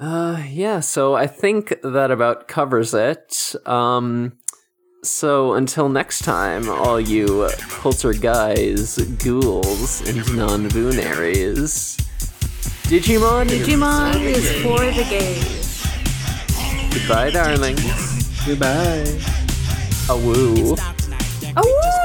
Speaker 1: Uh, yeah, so I think that about covers it. Um, so until next time, all you polterguys, ghouls, and non-boonaries, Digimon,
Speaker 2: Digimon is for the game.
Speaker 5: Halloween
Speaker 6: Goodbye, darling.
Speaker 7: Goodbye.
Speaker 6: Awoo.
Speaker 1: Stop tonight. That
Speaker 8: Oh,
Speaker 1: creep just
Speaker 2: Oh,